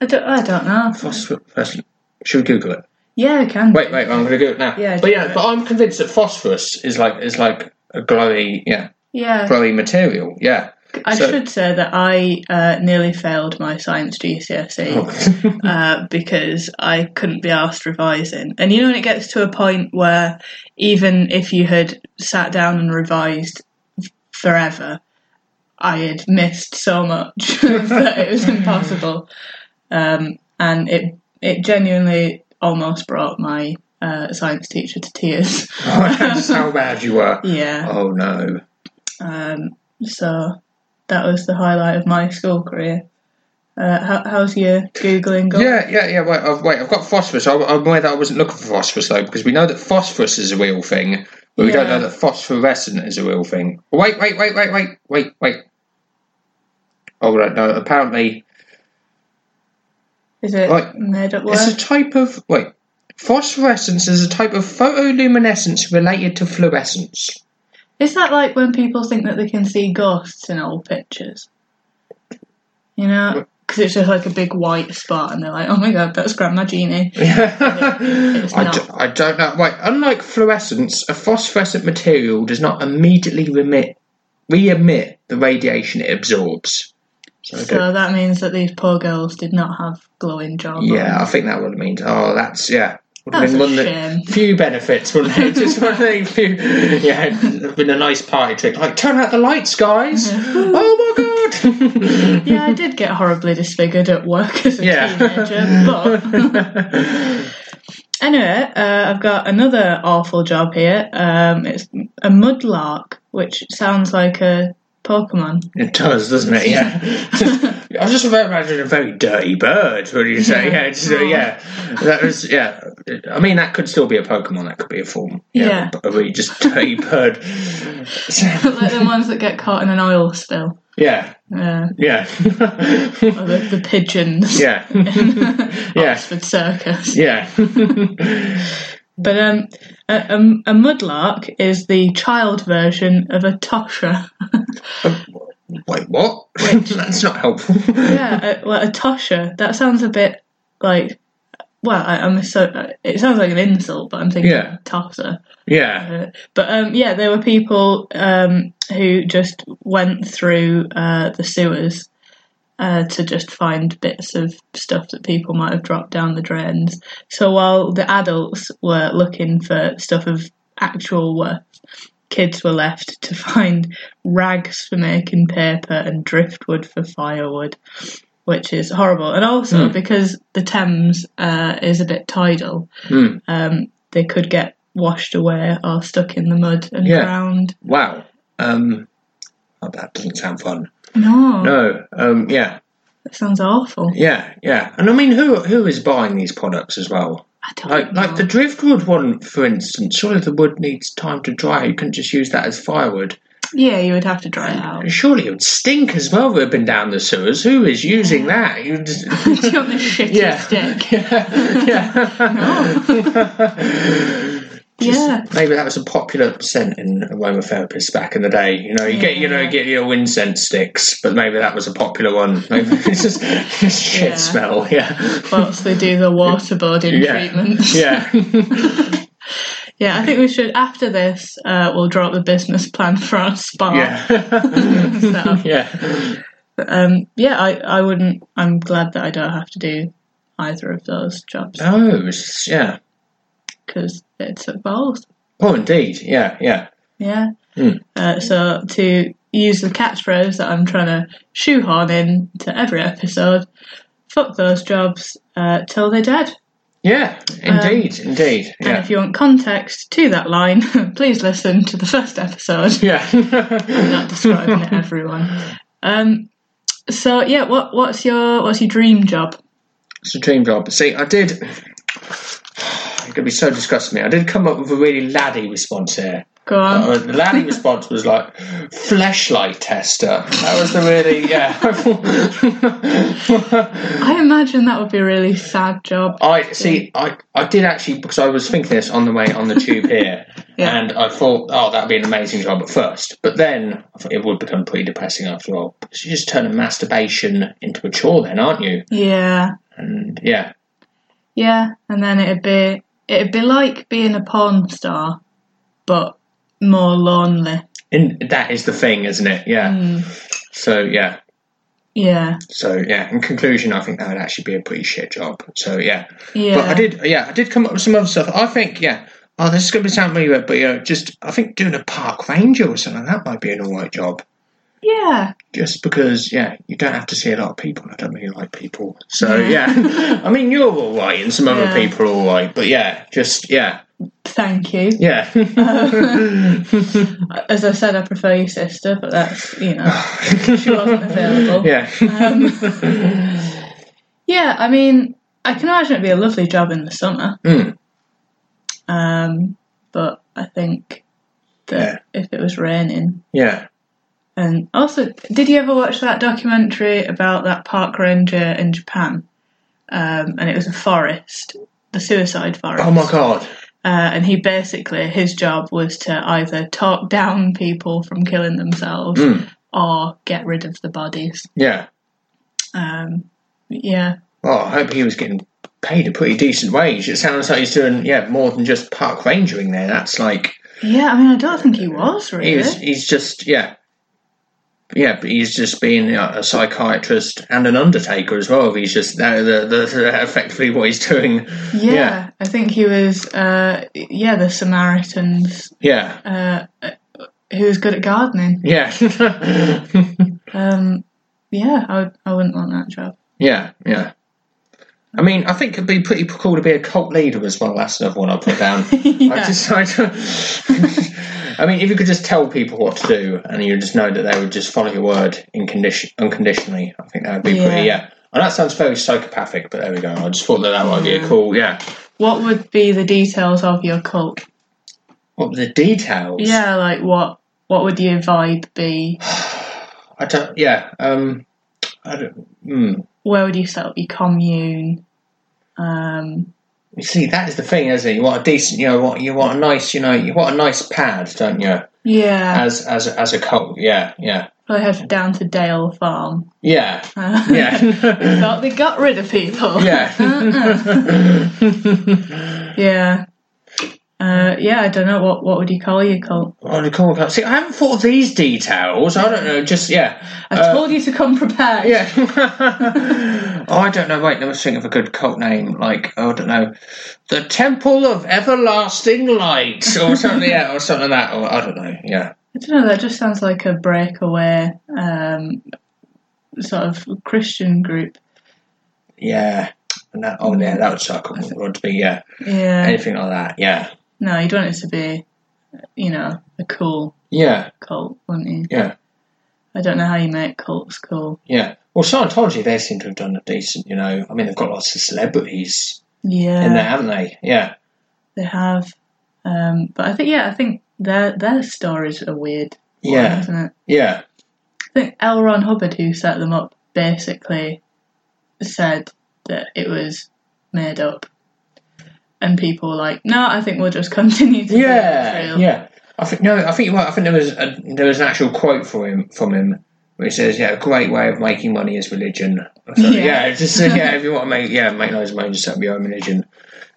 [SPEAKER 2] I don't, I don't know.
[SPEAKER 3] Foss first- Should we Google it?
[SPEAKER 2] Yeah, I can.
[SPEAKER 3] Wait, wait, I'm going to Google it now.
[SPEAKER 2] Yeah,
[SPEAKER 3] but yeah,
[SPEAKER 2] do it.
[SPEAKER 3] but I'm convinced that phosphorus is like is like a glowy, yeah,
[SPEAKER 2] Yeah.
[SPEAKER 3] glowy material. Yeah.
[SPEAKER 2] I
[SPEAKER 3] So-
[SPEAKER 2] should say that I uh, nearly failed my science
[SPEAKER 3] Oh.
[SPEAKER 2] GCSE uh, because I couldn't be asked revising. And you know, when it gets to a point where even if you had sat down and revised f- forever, I had missed so much that it was impossible. Um, and it it genuinely almost brought my uh, science teacher to tears.
[SPEAKER 3] That's how bad you were.
[SPEAKER 2] Yeah.
[SPEAKER 3] Oh no.
[SPEAKER 2] Um, so that was the highlight of my school career. Uh, how, how's your googling going?
[SPEAKER 3] Yeah, yeah, yeah. Wait, I've, wait, I've got phosphorus. I, I'm aware that I wasn't looking for phosphorus though, because we know that phosphorus is a real thing, but we don't
[SPEAKER 2] Yeah.
[SPEAKER 3] know that phosphorescent is a real thing. Wait, wait, wait, wait, wait, wait, wait. Oh right, no. Apparently,
[SPEAKER 2] Is it
[SPEAKER 3] Right.
[SPEAKER 2] made up
[SPEAKER 3] it's a
[SPEAKER 2] word?
[SPEAKER 3] type of wait. Phosphorescence is a type of photoluminescence related to fluorescence.
[SPEAKER 2] Is that like when people think that they can see ghosts in old pictures? You know, because it's just like a big white spot, and they're like, "Oh my god, that's Grandma Jeannie."
[SPEAKER 3] I,
[SPEAKER 2] not.
[SPEAKER 3] d- I don't know. Wait, unlike fluorescence, a phosphorescent material does not immediately remit, re-emit the radiation it absorbs. So, I don't-
[SPEAKER 2] So that means that these poor girls did not have glowing jobs.
[SPEAKER 3] yeah, I think that would have means. Oh, that's yeah. Would have
[SPEAKER 2] That's
[SPEAKER 3] been
[SPEAKER 2] a
[SPEAKER 3] one of the
[SPEAKER 2] shame.
[SPEAKER 3] few benefits, wouldn't it? Just one of the few. Yeah, it'd have been a nice party trick. Like turn out the lights, guys. oh my god.
[SPEAKER 2] yeah, I did get horribly disfigured at work as a
[SPEAKER 3] Yeah.
[SPEAKER 2] teenager,
[SPEAKER 3] Oh
[SPEAKER 2] but. Anyway, uh, I've got another awful job here. Um, it's a mudlark, which sounds like a Pokemon.
[SPEAKER 3] It does, doesn't it? Yeah. I was just imagining a very dirty bird. What do you say? Yeah, it's, uh, yeah. That was yeah. I mean, that could still be a Pokemon. That could be a form.
[SPEAKER 2] Yeah.
[SPEAKER 3] but a really just dirty bird.
[SPEAKER 2] like the ones that get caught in an oil spill.
[SPEAKER 3] yeah,
[SPEAKER 2] Uh,
[SPEAKER 3] yeah,
[SPEAKER 2] or the, the pigeons.
[SPEAKER 3] yeah, yeah,
[SPEAKER 2] Oxford Circus.
[SPEAKER 3] yeah.
[SPEAKER 2] But um, a, a, a mudlark is the child version of a tosha.
[SPEAKER 3] Wait, what? That's not helpful.
[SPEAKER 2] yeah, a, well, a tosha. That sounds a bit like. Well, I, I'm so. It sounds like an insult, but I'm thinking
[SPEAKER 3] Yeah.
[SPEAKER 2] tosser. Uh,
[SPEAKER 3] Yeah,
[SPEAKER 2] but um, yeah, there were people um, who just went through uh, the sewers uh, to just find bits of stuff that people might have dropped down the drains. So while the adults were looking for stuff of actual worth, kids were left to find rags for making paper and driftwood for firewood. Which is horrible, and
[SPEAKER 3] Hmm.
[SPEAKER 2] also because the Thames uh, is a bit tidal,
[SPEAKER 3] Hmm.
[SPEAKER 2] um, they could get washed away or stuck in the mud and
[SPEAKER 3] Yeah.
[SPEAKER 2] drowned.
[SPEAKER 3] wow. Um, oh, that doesn't sound fun.
[SPEAKER 2] No,
[SPEAKER 3] No. Um, yeah,
[SPEAKER 2] that sounds awful.
[SPEAKER 3] yeah, yeah. And I mean, who who is buying these products as well?
[SPEAKER 2] I don't
[SPEAKER 3] Like,
[SPEAKER 2] know.
[SPEAKER 3] Uh, like the driftwood one, for instance. Surely the wood needs time to dry. You couldn't just use that as firewood.
[SPEAKER 2] yeah, you would have to dry it out.
[SPEAKER 3] Surely it would stink as well. We've been down the sewers. Who is using
[SPEAKER 2] Mm.
[SPEAKER 3] that? You just,
[SPEAKER 2] It's got this shitty
[SPEAKER 3] Yeah.
[SPEAKER 2] stick.
[SPEAKER 3] yeah,
[SPEAKER 2] Yeah,
[SPEAKER 3] Maybe that was a popular scent in aromatherapists back in the day. You know, you get you know you get your incense sticks, but maybe that was a popular one. Maybe it's just, just shit
[SPEAKER 2] Yeah.
[SPEAKER 3] smell. Yeah,
[SPEAKER 2] whilst they do the waterboarding
[SPEAKER 3] Yeah.
[SPEAKER 2] treatment.
[SPEAKER 3] yeah.
[SPEAKER 2] Yeah, I think we should, after this, uh, we'll drop the business plan for our spa.
[SPEAKER 3] Yeah.
[SPEAKER 2] setup.
[SPEAKER 3] yeah.
[SPEAKER 2] Um, yeah, I, I wouldn't, I'm glad that I don't have to do either of those jobs
[SPEAKER 3] Oh, it's- yeah.
[SPEAKER 2] because it's a both.
[SPEAKER 3] Oh, indeed. Yeah, yeah.
[SPEAKER 2] Yeah. Uh, so to use the catchphrase that I'm trying to shoehorn in to every episode, fuck those jobs uh, till they're dead.
[SPEAKER 3] Yeah, indeed, indeed.
[SPEAKER 2] Um, And
[SPEAKER 3] Yeah.
[SPEAKER 2] if you want context to that line, please listen to the first episode.
[SPEAKER 3] yeah.
[SPEAKER 2] Not describing it, everyone. Um, so yeah, what what's your what's your dream job?
[SPEAKER 3] it's a dream job. See, I did. You're going to be so disgusting. I did come up with a really laddie response here.
[SPEAKER 2] Go on.
[SPEAKER 3] Uh, the laddie response was like, fleshlight tester. That was the really, yeah.
[SPEAKER 2] I imagine that would be a really sad job.
[SPEAKER 3] I see. I, I did actually because I was thinking this on the way on the tube here,
[SPEAKER 2] Yeah.
[SPEAKER 3] and I thought, oh, that'd be an amazing job at first. But then I thought it would become pretty depressing after all. Because you're just turning masturbation into a chore, then, aren't you?
[SPEAKER 2] Yeah.
[SPEAKER 3] And yeah,
[SPEAKER 2] Yeah, and then it'd be it'd be like being a porn star, but more lonely.
[SPEAKER 3] and that is the thing, isn't it? Yeah.
[SPEAKER 2] Hmm.
[SPEAKER 3] So yeah.
[SPEAKER 2] Yeah,
[SPEAKER 3] So yeah. In conclusion, I think that would actually be a pretty shit job. So yeah.
[SPEAKER 2] yeah.
[SPEAKER 3] But I did, yeah, I did come up with some other stuff. I think, yeah. Oh, this is going to sound really weird, but you know, just I think doing a park ranger or something like that might be an alright job.
[SPEAKER 2] Yeah,
[SPEAKER 3] Just because, yeah, you don't have to see a lot of people. and I don't really like people, so yeah. I mean, you're all right, and some other
[SPEAKER 2] Yeah.
[SPEAKER 3] people are all right, but yeah, just yeah,
[SPEAKER 2] thank you.
[SPEAKER 3] yeah.
[SPEAKER 2] As I said, I prefer your sister, but that's you know she wasn't available.
[SPEAKER 3] Yeah.
[SPEAKER 2] Yeah, I mean, I can imagine it'd be a lovely job in the summer.
[SPEAKER 3] Mm.
[SPEAKER 2] Um, but I think that if it was raining,
[SPEAKER 3] yeah.
[SPEAKER 2] and also, did you ever watch that documentary about that park ranger in Japan? Um, and it was a forest, the suicide forest.
[SPEAKER 3] Oh my god.
[SPEAKER 2] Uh, and he basically, his job was to either talk down people from killing themselves
[SPEAKER 3] Hmm.
[SPEAKER 2] or get rid of the bodies.
[SPEAKER 3] Yeah.
[SPEAKER 2] Um, yeah.
[SPEAKER 3] Oh, I hope he was getting paid a pretty decent wage. It sounds like he's doing yeah more than just park rangering there. That's like
[SPEAKER 2] Yeah, I mean, I don't think he was really.
[SPEAKER 3] He was, he's just yeah, yeah. But he's just being uh, a psychiatrist and an undertaker as well. He's just that, that, that, that effectively what he's doing.
[SPEAKER 2] yeah,
[SPEAKER 3] yeah.
[SPEAKER 2] I think he was, uh, yeah, the Samaritans
[SPEAKER 3] Yeah,
[SPEAKER 2] who was good at gardening.
[SPEAKER 3] yeah,
[SPEAKER 2] Um, yeah, I, would, I wouldn't want that job.
[SPEAKER 3] yeah, yeah. I mean, I think it'd be pretty cool to be a cult leader as well. That's another one I put down. I just, I, don't- I mean, if you could just tell people what to do, and you just know that they would just follow your word in condition, unconditionally, I think that would be
[SPEAKER 2] Yeah.
[SPEAKER 3] pretty. Yeah, and that sounds very psychopathic, but there we go. I just thought that that might be a cool. Yeah,
[SPEAKER 2] What would be the details of your cult?
[SPEAKER 3] What were the details?
[SPEAKER 2] Yeah, like what what would your vibe be?
[SPEAKER 3] I don't. Yeah. Um. I don't. Mm.
[SPEAKER 2] Where would you set up your commune? Um,
[SPEAKER 3] You see, that is the thing, isn't it? You want a decent. You know, what you want a nice. You know, you want a nice pad, don't you?
[SPEAKER 2] yeah,
[SPEAKER 3] As as as a cult. Yeah. Yeah.
[SPEAKER 2] probably head Uh, down to Dale Farm.
[SPEAKER 3] Yeah.
[SPEAKER 2] Uh.
[SPEAKER 3] yeah.
[SPEAKER 2] Thought they got rid of people.
[SPEAKER 3] yeah.
[SPEAKER 2] yeah. Uh, yeah, I don't know what what would you call your cult.
[SPEAKER 3] What do you call it? See, I haven't thought of these details. I don't know. Just yeah.
[SPEAKER 2] I told you to come prepared.
[SPEAKER 3] Uh, Yeah. oh, I don't know. Wait, let me think of a good cult name. Like, oh, I don't know, the Temple of Everlasting Light, or something. yeah, or something like that. Or I don't know. Yeah.
[SPEAKER 2] I don't know. That just sounds like a breakaway um, sort of Christian group.
[SPEAKER 3] Yeah. And that, oh, yeah, that would suck. It would be, yeah.
[SPEAKER 2] Yeah.
[SPEAKER 3] Anything like that, yeah.
[SPEAKER 2] No, you'd want it to be, you know, a cool
[SPEAKER 3] Yeah,
[SPEAKER 2] cult, wouldn't you?
[SPEAKER 3] yeah,
[SPEAKER 2] I don't know how you make cults cool.
[SPEAKER 3] yeah. Well, Scientology, they seem to have done a decent, you know. I mean, they've got lots of celebrities
[SPEAKER 2] Yeah,
[SPEAKER 3] in there, haven't they? Yeah.
[SPEAKER 2] they have. Um, but I think yeah, I think their their stories are weird. one,
[SPEAKER 3] Yeah.
[SPEAKER 2] isn't it?
[SPEAKER 3] Yeah.
[SPEAKER 2] I think L. Ron Hubbard, who set them up, basically said that it was made up, and people were like, "No, I think we'll just continue to do it
[SPEAKER 3] Yeah.
[SPEAKER 2] through."
[SPEAKER 3] Yeah. I think, no, I think, well, I think there was a, there was an actual quote from him, from him, which says, yeah, a great way of making money is religion. So,
[SPEAKER 2] Yeah.
[SPEAKER 3] yeah. Just, yeah, if you want to make, yeah, make loads of money, just set up your own religion.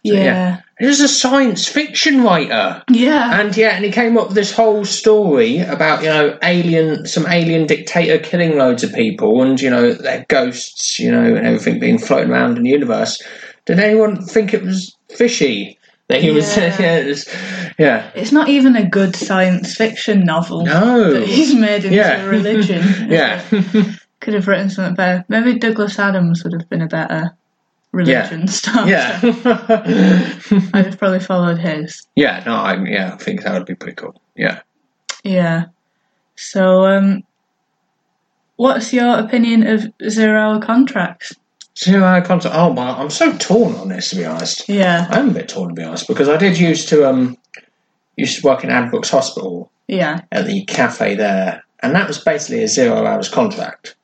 [SPEAKER 2] yeah,
[SPEAKER 3] He was a science fiction writer.
[SPEAKER 2] yeah,
[SPEAKER 3] And yeah, and he came up with this whole story about you know alien, some alien dictator killing loads of people, and you know their ghosts, you know, and everything being floating around in the universe. Did anyone think it was fishy that he was?
[SPEAKER 2] Yeah.
[SPEAKER 3] Yeah, it was- yeah,
[SPEAKER 2] It's not even a good science fiction novel.
[SPEAKER 3] no,
[SPEAKER 2] that he's made into
[SPEAKER 3] Yeah.
[SPEAKER 2] a religion. is
[SPEAKER 3] yeah,
[SPEAKER 2] it? Could have written something better. Maybe Douglas Adams would have been a better religion starter.
[SPEAKER 3] yeah,
[SPEAKER 2] I'd have probably followed his.
[SPEAKER 3] yeah. No, I yeah, I think that would be pretty cool. Yeah,
[SPEAKER 2] Yeah. So, um, what's your opinion of zero-hour contracts?
[SPEAKER 3] zero hour concept. Oh my, I'm so torn on this to be honest.
[SPEAKER 2] Yeah,
[SPEAKER 3] I'm a bit torn to be honest because I did used to um used to work in Adbrooks Hospital
[SPEAKER 2] yeah,
[SPEAKER 3] at the cafe there, and that was basically a zero hours contract.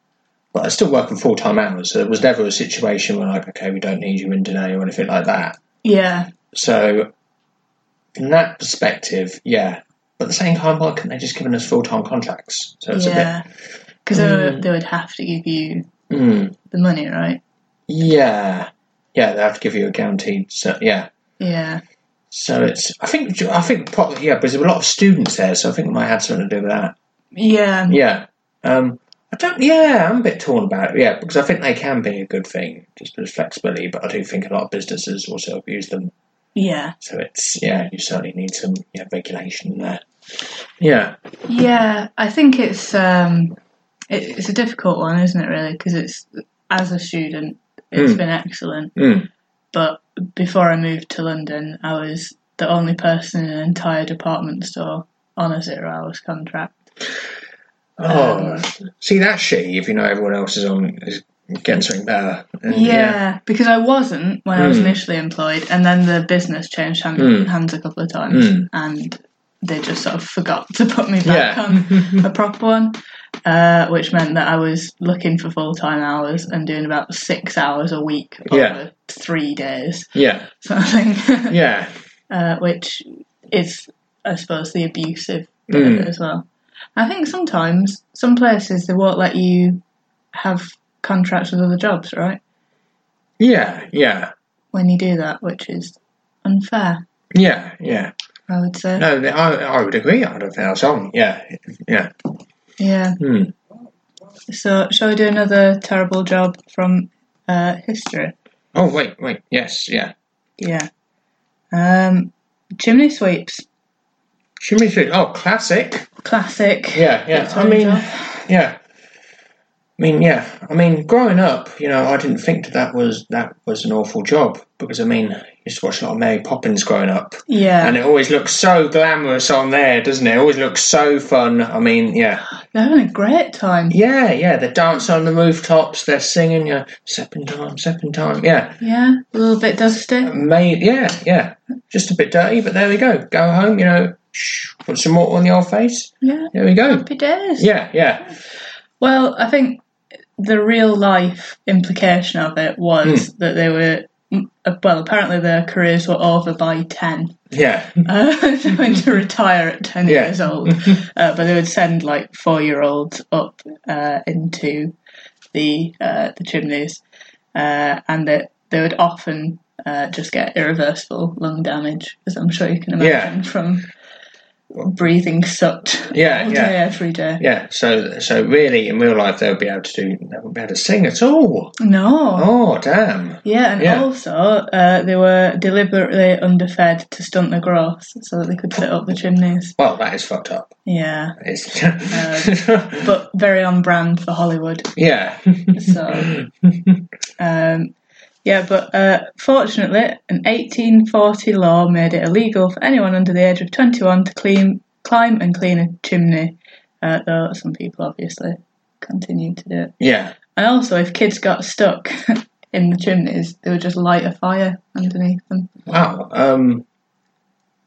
[SPEAKER 3] But I was still working full time hours, so there was never a situation where like, okay, we don't need you in today or anything like that.
[SPEAKER 2] yeah,
[SPEAKER 3] So from that perspective, yeah. But at the same time, why couldn't they just given us full time contracts? So it's
[SPEAKER 2] yeah. Because
[SPEAKER 3] Mm.
[SPEAKER 2] they would have to give you
[SPEAKER 3] a bit. Mm,
[SPEAKER 2] the money, right?
[SPEAKER 3] Yeah, yeah, they have to give you a guaranteed. So yeah,
[SPEAKER 2] Yeah.
[SPEAKER 3] so it's. I think. I think. pro- Yeah, because there were a lot of students there, so I think it might have something to do with that.
[SPEAKER 2] Yeah.
[SPEAKER 3] Yeah. Um. I don't. Yeah, I'm a bit torn about it. Yeah, because I think they can be a good thing, just as flexibility. But I do think a lot of businesses also abuse them.
[SPEAKER 2] Yeah.
[SPEAKER 3] So it's yeah, you certainly need some yeah, regulation there. Yeah.
[SPEAKER 2] Yeah, I think it's um, it, it's a difficult one, isn't it? Really, because it's as a student, it's
[SPEAKER 3] Mm.
[SPEAKER 2] been excellent.
[SPEAKER 3] Mm.
[SPEAKER 2] But before I moved to London, I was the only person in an entire department store on a zero hours contract.
[SPEAKER 3] Oh, see that's shitty if you know everyone else is on is getting something better. And,
[SPEAKER 2] Yeah, because I wasn't when I was
[SPEAKER 3] Mm.
[SPEAKER 2] initially employed, and then the business changed hand,
[SPEAKER 3] Mm.
[SPEAKER 2] hands a couple of times,
[SPEAKER 3] Mm.
[SPEAKER 2] and they just sort of forgot to put me back
[SPEAKER 3] Yeah.
[SPEAKER 2] on a proper one, uh, which meant that I was looking for full time hours and doing about six hours a week over
[SPEAKER 3] Yeah.
[SPEAKER 2] three days,
[SPEAKER 3] Yeah.
[SPEAKER 2] sort of thing,
[SPEAKER 3] Yeah.
[SPEAKER 2] uh, which is, I suppose, the abusive bit of
[SPEAKER 3] Mm.
[SPEAKER 2] it as well. I think sometimes some places they won't let you have contracts with other jobs, right?
[SPEAKER 3] Yeah. Yeah.
[SPEAKER 2] when you do that, which is unfair,
[SPEAKER 3] Yeah. Yeah.
[SPEAKER 2] I would say.
[SPEAKER 3] No, th- I, I would agree. I don't think that's on. Yeah. Yeah.
[SPEAKER 2] Yeah.
[SPEAKER 3] Hmm.
[SPEAKER 2] So, shall we do another terrible job from uh, history?
[SPEAKER 3] Oh wait, wait. Yes. Yeah.
[SPEAKER 2] Yeah. Um, chimney sweeps,
[SPEAKER 3] Shimmy Street. Oh, classic.
[SPEAKER 2] classic.
[SPEAKER 3] Yeah. Yeah. I
[SPEAKER 2] Victorian
[SPEAKER 3] mean,
[SPEAKER 2] job.
[SPEAKER 3] yeah. I mean, yeah. I mean, growing up, you know, I didn't think that that was that was an awful job because I mean, I used to watch a lot of Mary Poppins growing up,
[SPEAKER 2] yeah.
[SPEAKER 3] and it always looks so glamorous on there, doesn't it? It always looks so fun. I mean, yeah,
[SPEAKER 2] They're having a great time.
[SPEAKER 3] yeah, yeah. They dance on the rooftops. They're singing, yeah, time, second time, yeah,
[SPEAKER 2] Yeah, a little bit dusty.
[SPEAKER 3] made, yeah, yeah. Just a bit dirty, but there we go. Go home, you know, shh, put some water on the old face.
[SPEAKER 2] Yeah,
[SPEAKER 3] There we go.
[SPEAKER 2] happy days.
[SPEAKER 3] Yeah, yeah,
[SPEAKER 2] Well, I think the real life implication of it was
[SPEAKER 3] Hmm.
[SPEAKER 2] that they were, uh, well, apparently their careers were over by 10.
[SPEAKER 3] yeah,
[SPEAKER 2] uh, going to retire at 10
[SPEAKER 3] Yeah.
[SPEAKER 2] years old. Uh, but they would send like four year olds up uh, into the uh, the chimneys uh, and that they would often uh, just get irreversible lung damage, as I'm sure you can imagine from breathing soot
[SPEAKER 3] yeah,
[SPEAKER 2] all
[SPEAKER 3] yeah.
[SPEAKER 2] day, every day.
[SPEAKER 3] Yeah, so so really in real life they'll be able to do they won't be able to sing at all.
[SPEAKER 2] No.
[SPEAKER 3] Oh damn.
[SPEAKER 2] Yeah, and
[SPEAKER 3] Yeah.
[SPEAKER 2] also uh, they were deliberately underfed to stunt the growth so that they could fit up the chimneys.
[SPEAKER 3] Well, that is fucked up.
[SPEAKER 2] Yeah,
[SPEAKER 3] It's
[SPEAKER 2] but very on brand for Hollywood.
[SPEAKER 3] yeah,
[SPEAKER 2] So, um, yeah, but uh, fortunately, an 1840 law made it illegal for anyone under the age of 21 to clean, climb and clean a chimney, uh, though some people obviously continued to do it.
[SPEAKER 3] yeah.
[SPEAKER 2] And also, if kids got stuck in the chimneys, they would just light a fire underneath them.
[SPEAKER 3] Wow. Um.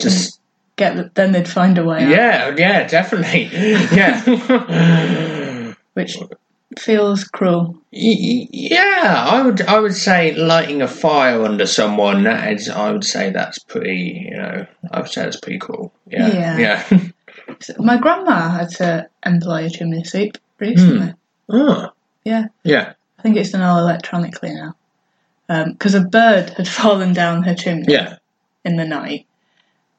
[SPEAKER 3] Just
[SPEAKER 2] Get the, then they'd find a way out,
[SPEAKER 3] yeah, yeah, definitely. Yeah. Y-
[SPEAKER 2] which feels cruel.
[SPEAKER 3] y- yeah, I would. I would say lighting a fire under someone. That is, I would say that's pretty. You know, I would say that's pretty cool.
[SPEAKER 2] Yeah.
[SPEAKER 3] Yeah. Yeah.
[SPEAKER 2] So my grandma had to employ a chimney sweep recently.
[SPEAKER 3] oh.
[SPEAKER 2] Yeah.
[SPEAKER 3] Yeah.
[SPEAKER 2] I think it's done all electronically now. Because a bird had fallen down her chimney
[SPEAKER 3] Yeah.
[SPEAKER 2] in the night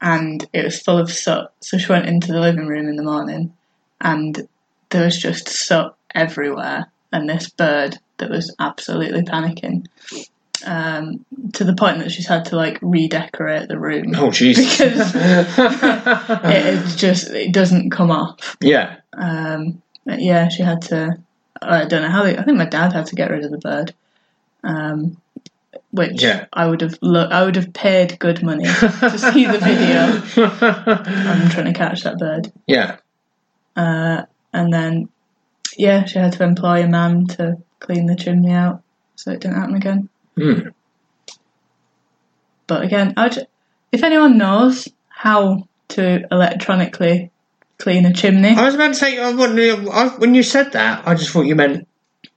[SPEAKER 2] and it was full of soot. So she went into the living room in the morning and there was just soot everywhere. And this bird that was absolutely panicking um, to the point that she's had to like redecorate the room
[SPEAKER 3] Oh, jeez.
[SPEAKER 2] because it it's just, it doesn't come off.
[SPEAKER 3] yeah.
[SPEAKER 2] Um, but yeah, she had to. I don't know how they. I think my dad had to get rid of the bird, um, which
[SPEAKER 3] Yeah.
[SPEAKER 2] I would have. Lo- I would have paid good money to see the video. I'm trying to catch that bird,
[SPEAKER 3] Yeah.
[SPEAKER 2] uh, and then yeah, she had to employ a man to clean the chimney out so it didn't happen again.
[SPEAKER 3] Hmm.
[SPEAKER 2] But again, I'd, if anyone knows how to electronically clean a chimney,
[SPEAKER 3] I was about to say I wouldn't- I- when you said that, I just thought you meant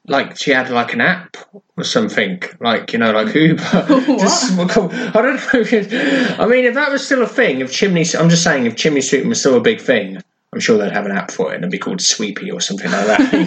[SPEAKER 3] like she had like an app or something, like you know, like Uber. Just- well, cool. I don't know. If it- I mean, if that was still a thing, if chimney, I'm just saying, if chimney sweeping was still a big thing. I'm sure they'd have an app for it and it'd be called Sweepy or something like that. you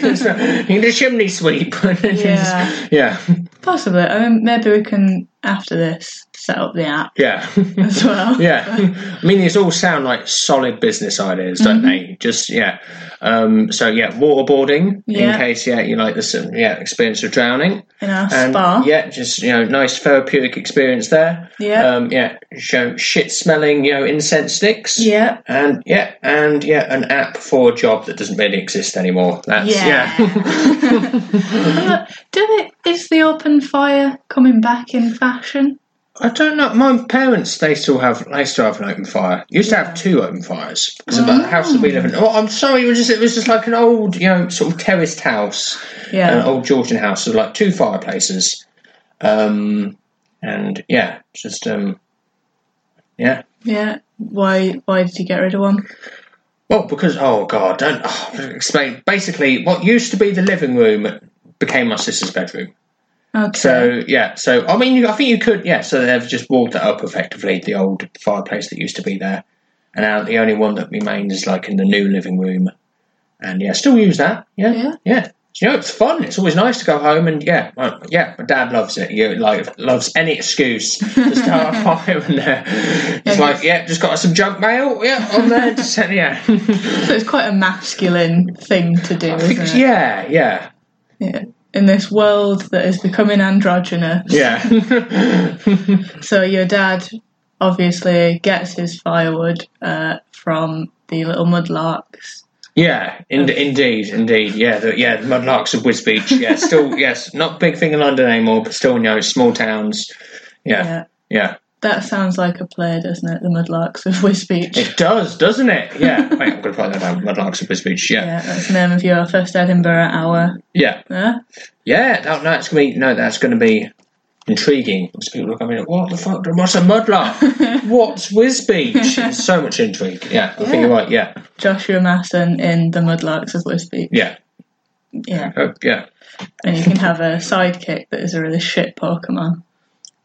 [SPEAKER 3] can just chimney sweep.
[SPEAKER 2] Yeah.
[SPEAKER 3] yeah.
[SPEAKER 2] Possibly. I mean, maybe we can, after this, set up the app
[SPEAKER 3] Yeah.
[SPEAKER 2] as well.
[SPEAKER 3] yeah. I mean, these all sound like solid business ideas, don't
[SPEAKER 2] Mm-hmm.
[SPEAKER 3] they? Just, yeah. Um, so, yeah, waterboarding
[SPEAKER 2] Yeah.
[SPEAKER 3] in case, yeah, you like this, um, yeah, experience of drowning.
[SPEAKER 2] In our
[SPEAKER 3] And,
[SPEAKER 2] spa.
[SPEAKER 3] Yeah, just, you know, nice therapeutic experience there.
[SPEAKER 2] Yeah.
[SPEAKER 3] Um, yeah. Show shit smelling, you know, incense sticks.
[SPEAKER 2] Yeah.
[SPEAKER 3] And, yeah, and, yeah, an app for a job that doesn't really exist anymore. That's,
[SPEAKER 2] Yeah.
[SPEAKER 3] yeah.
[SPEAKER 2] Uh, Do it. Is the open fire coming back in fashion?
[SPEAKER 3] I don't know. My parents they still have they still have an open fire. Used to have two open fires because of the house that we live in. Oh, I'm sorry, it was just it was just like an old you know sort of terraced house,
[SPEAKER 2] Yeah.
[SPEAKER 3] an old Georgian house with like two fireplaces, um, and yeah, it's just um, yeah.
[SPEAKER 2] Yeah. Why? Why did you get rid of one?
[SPEAKER 3] Well, because oh god, don't oh, explain. Basically, what used to be the living room became my sister's bedroom.
[SPEAKER 2] Okay.
[SPEAKER 3] So yeah, so I mean, you- I think you could yeah. So they've just walled that up effectively, the old fireplace that used to be there, and now the only one that remains is like in the new living room, and yeah, still use that. Yeah,
[SPEAKER 2] Yeah.
[SPEAKER 3] So, you know, it's fun. It's always nice to go home, and yeah, well, yeah. My dad loves it. You like loves any excuse to start a fire in there. It's like yeah, just got some junk mail. Yeah, on there. Just, yeah,
[SPEAKER 2] So it's quite a masculine thing to do, isn't it?
[SPEAKER 3] yeah, yeah,
[SPEAKER 2] Yeah. In this world that is becoming androgynous.
[SPEAKER 3] yeah.
[SPEAKER 2] So your dad obviously gets his firewood uh, from the little mudlarks.
[SPEAKER 3] Yeah, in, indeed, indeed. Yeah, the, yeah, the Mudlarks of Whiz Beach. Yeah, still, yes, not big thing in London anymore, but still, you know, small towns. Yeah,
[SPEAKER 2] Yeah.
[SPEAKER 3] yeah.
[SPEAKER 2] That sounds like a play, doesn't it? The mudlarks of Whiz Beach.
[SPEAKER 3] It does, doesn't it? Yeah. Wait, I'm going to write that down. Mudlarks of Whiz Beach. Yeah.
[SPEAKER 2] Yeah, that's the name of your first Edinburgh hour.
[SPEAKER 3] Yeah.
[SPEAKER 2] Yeah.
[SPEAKER 3] Yeah, that, that's going to be, no, that's going to be intriguing. Because people look at me like, what the fuck? What's a Mudlark? What's Whiz Beach? There's so much intrigue. Yeah, I think you're right. Yeah,
[SPEAKER 2] Joshua Masson in The Mudlarks of Whiz Beach.
[SPEAKER 3] yeah,
[SPEAKER 2] Yeah.
[SPEAKER 3] oh, yeah.
[SPEAKER 2] And you can have a sidekick that is a really shit Pokemon.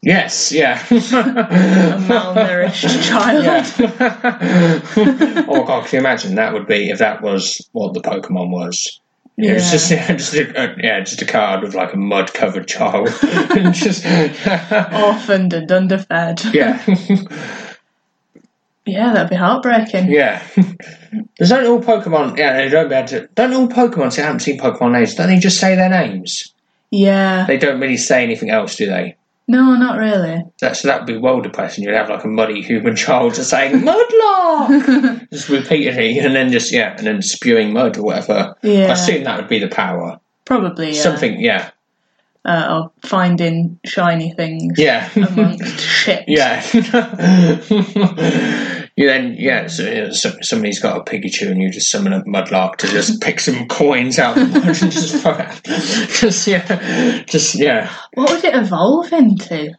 [SPEAKER 3] Yes, yeah.
[SPEAKER 2] A malnourished child.
[SPEAKER 3] oh god, can you imagine that would be if that was what the Pokemon was? It was
[SPEAKER 2] Yeah.
[SPEAKER 3] just yeah, just a, uh, yeah, just a card with like a mud covered child, and just yeah,
[SPEAKER 2] Orphaned and underfed. Yeah, that'd be heartbreaking.
[SPEAKER 3] yeah. There's don't all Pokemon. Yeah, they don't be able to. Don't all Pokemon say I haven't seen Pokemon names? Don't they just say their names?
[SPEAKER 2] Yeah.
[SPEAKER 3] They don't really say anything else, do they?
[SPEAKER 2] No, not really.
[SPEAKER 3] That, so that would be well depressing. You'd have like a muddy human child just saying mudlark, just repeatedly, and then just yeah, and then spewing mud or whatever.
[SPEAKER 2] Yeah.
[SPEAKER 3] I assume that would be the power.
[SPEAKER 2] Probably yeah.
[SPEAKER 3] Something, yeah,
[SPEAKER 2] Uh, or finding shiny things
[SPEAKER 3] yeah,
[SPEAKER 2] amongst shit.
[SPEAKER 3] yeah. you then, yeah. So, you know, so somebody's got a Pikachu, and you just summon a mudlark to just pick some coins out of the mud and just throw it. Just yeah, just yeah.
[SPEAKER 2] What would it evolve into?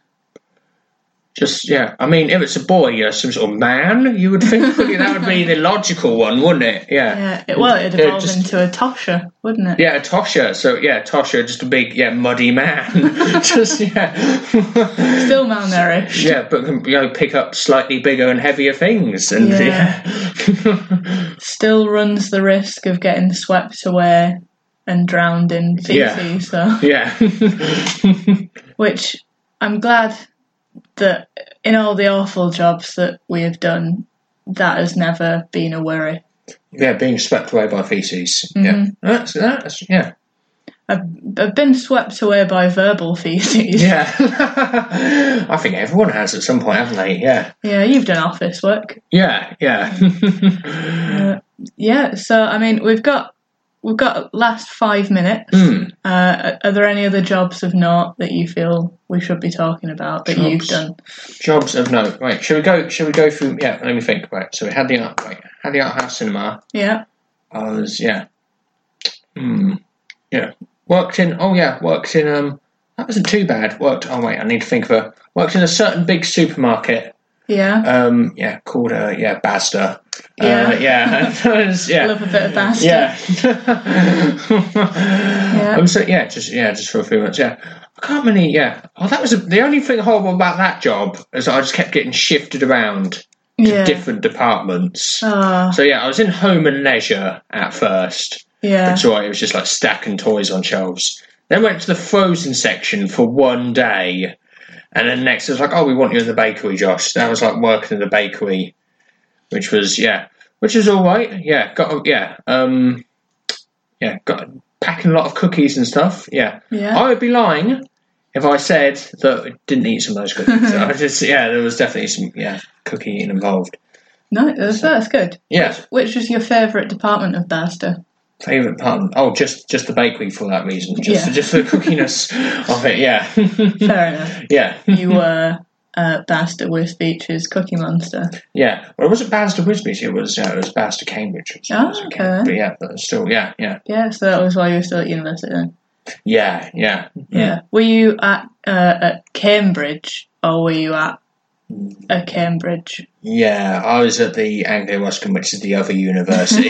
[SPEAKER 3] Just yeah, I mean, if it's a boy, you're some sort of man. You would think wouldn't you? that would be the logical one, wouldn't it?
[SPEAKER 2] Yeah, Uh, it, well, it'd
[SPEAKER 3] Yeah,
[SPEAKER 2] evolve
[SPEAKER 3] just-
[SPEAKER 2] into a tosher, wouldn't it?
[SPEAKER 3] Yeah, Tosha. So yeah, Tosha, just a big yeah muddy man. just yeah,
[SPEAKER 2] Still malnourished.
[SPEAKER 3] yeah, but can, you know pick up slightly bigger and heavier things, and
[SPEAKER 2] Yeah.
[SPEAKER 3] yeah,
[SPEAKER 2] Still runs the risk of getting swept away and drowned in feces, though.
[SPEAKER 3] yeah,
[SPEAKER 2] Which I'm glad that in all the awful jobs that we have done, that has never been a worry.
[SPEAKER 3] yeah, being swept away by feces.
[SPEAKER 2] Mm-hmm.
[SPEAKER 3] Yeah, that's that's yeah,
[SPEAKER 2] I've, I've been swept away by verbal feces.
[SPEAKER 3] yeah. I think everyone has at some point, haven't they? Yeah,
[SPEAKER 2] Yeah, you've done office work.
[SPEAKER 3] yeah, yeah,
[SPEAKER 2] Yeah, so I mean, we've got we've got last five minutes.
[SPEAKER 3] Hmm.
[SPEAKER 2] Uh, are there any other jobs of note that you feel we should be talking about that you've
[SPEAKER 3] Jobs.
[SPEAKER 2] done?
[SPEAKER 3] Jobs of note. Right, shall we go? Shall we go through? Yeah, let me think. Right, so we had the art. Right, had the art house cinema.
[SPEAKER 2] Yeah,
[SPEAKER 3] I was yeah. Hmm. Yeah. Worked in oh yeah, worked in um that wasn't too bad. Worked oh wait, I need to think of a worked in a certain big supermarket.
[SPEAKER 2] yeah.
[SPEAKER 3] Um yeah, called uh yeah, Basta.
[SPEAKER 2] Yeah.
[SPEAKER 3] Uh, yeah. That was- yeah.
[SPEAKER 2] Love a bit of bastard.
[SPEAKER 3] yeah.
[SPEAKER 2] Yeah.
[SPEAKER 3] Um, so yeah, just yeah, just for a few months. Yeah, I can't really. Yeah. Oh, that was a, the only thing horrible about that job is I just kept getting shifted around
[SPEAKER 2] yeah.
[SPEAKER 3] different departments.
[SPEAKER 2] Ah,
[SPEAKER 3] So yeah, I was in home and leisure at first.
[SPEAKER 2] yeah.
[SPEAKER 3] It's all right. It was just like stacking toys on shelves. Then went to the frozen section for one day, and then next it was like, oh, we want you in the bakery, Josh. That was like working in the bakery, which was yeah, which is all right. Yeah, got yeah, um, yeah, got packing a lot of cookies and stuff. Yeah,
[SPEAKER 2] Yeah.
[SPEAKER 3] I would be lying if I said that I didn't eat some of those cookies. I just yeah, there was definitely some yeah cookie eating involved.
[SPEAKER 2] No, that's, that's good.
[SPEAKER 3] Yeah,
[SPEAKER 2] Which was your favourite department of Barstow?
[SPEAKER 3] favorite part. Oh, just just the bakery for that reason. Just
[SPEAKER 2] Yeah.
[SPEAKER 3] just the cookiness of it. Yeah,
[SPEAKER 2] Fair enough.
[SPEAKER 3] yeah.
[SPEAKER 2] You were uh, Barstow with Beaches Cookie Monster.
[SPEAKER 3] Yeah. Well, it wasn't Barrister Wisbeach. It was yeah, it was Barrister Cambridge. It was- it
[SPEAKER 2] Oh,
[SPEAKER 3] was in
[SPEAKER 2] okay.
[SPEAKER 3] Cambridge, But yeah, but still, yeah, yeah,
[SPEAKER 2] Yeah, so that was while you were still at university then.
[SPEAKER 3] yeah, yeah.
[SPEAKER 2] Yeah. Were you at uh, at Cambridge or were you at a Cambridge?
[SPEAKER 3] Yeah, I was at the Anglo Ruskin, which is the other university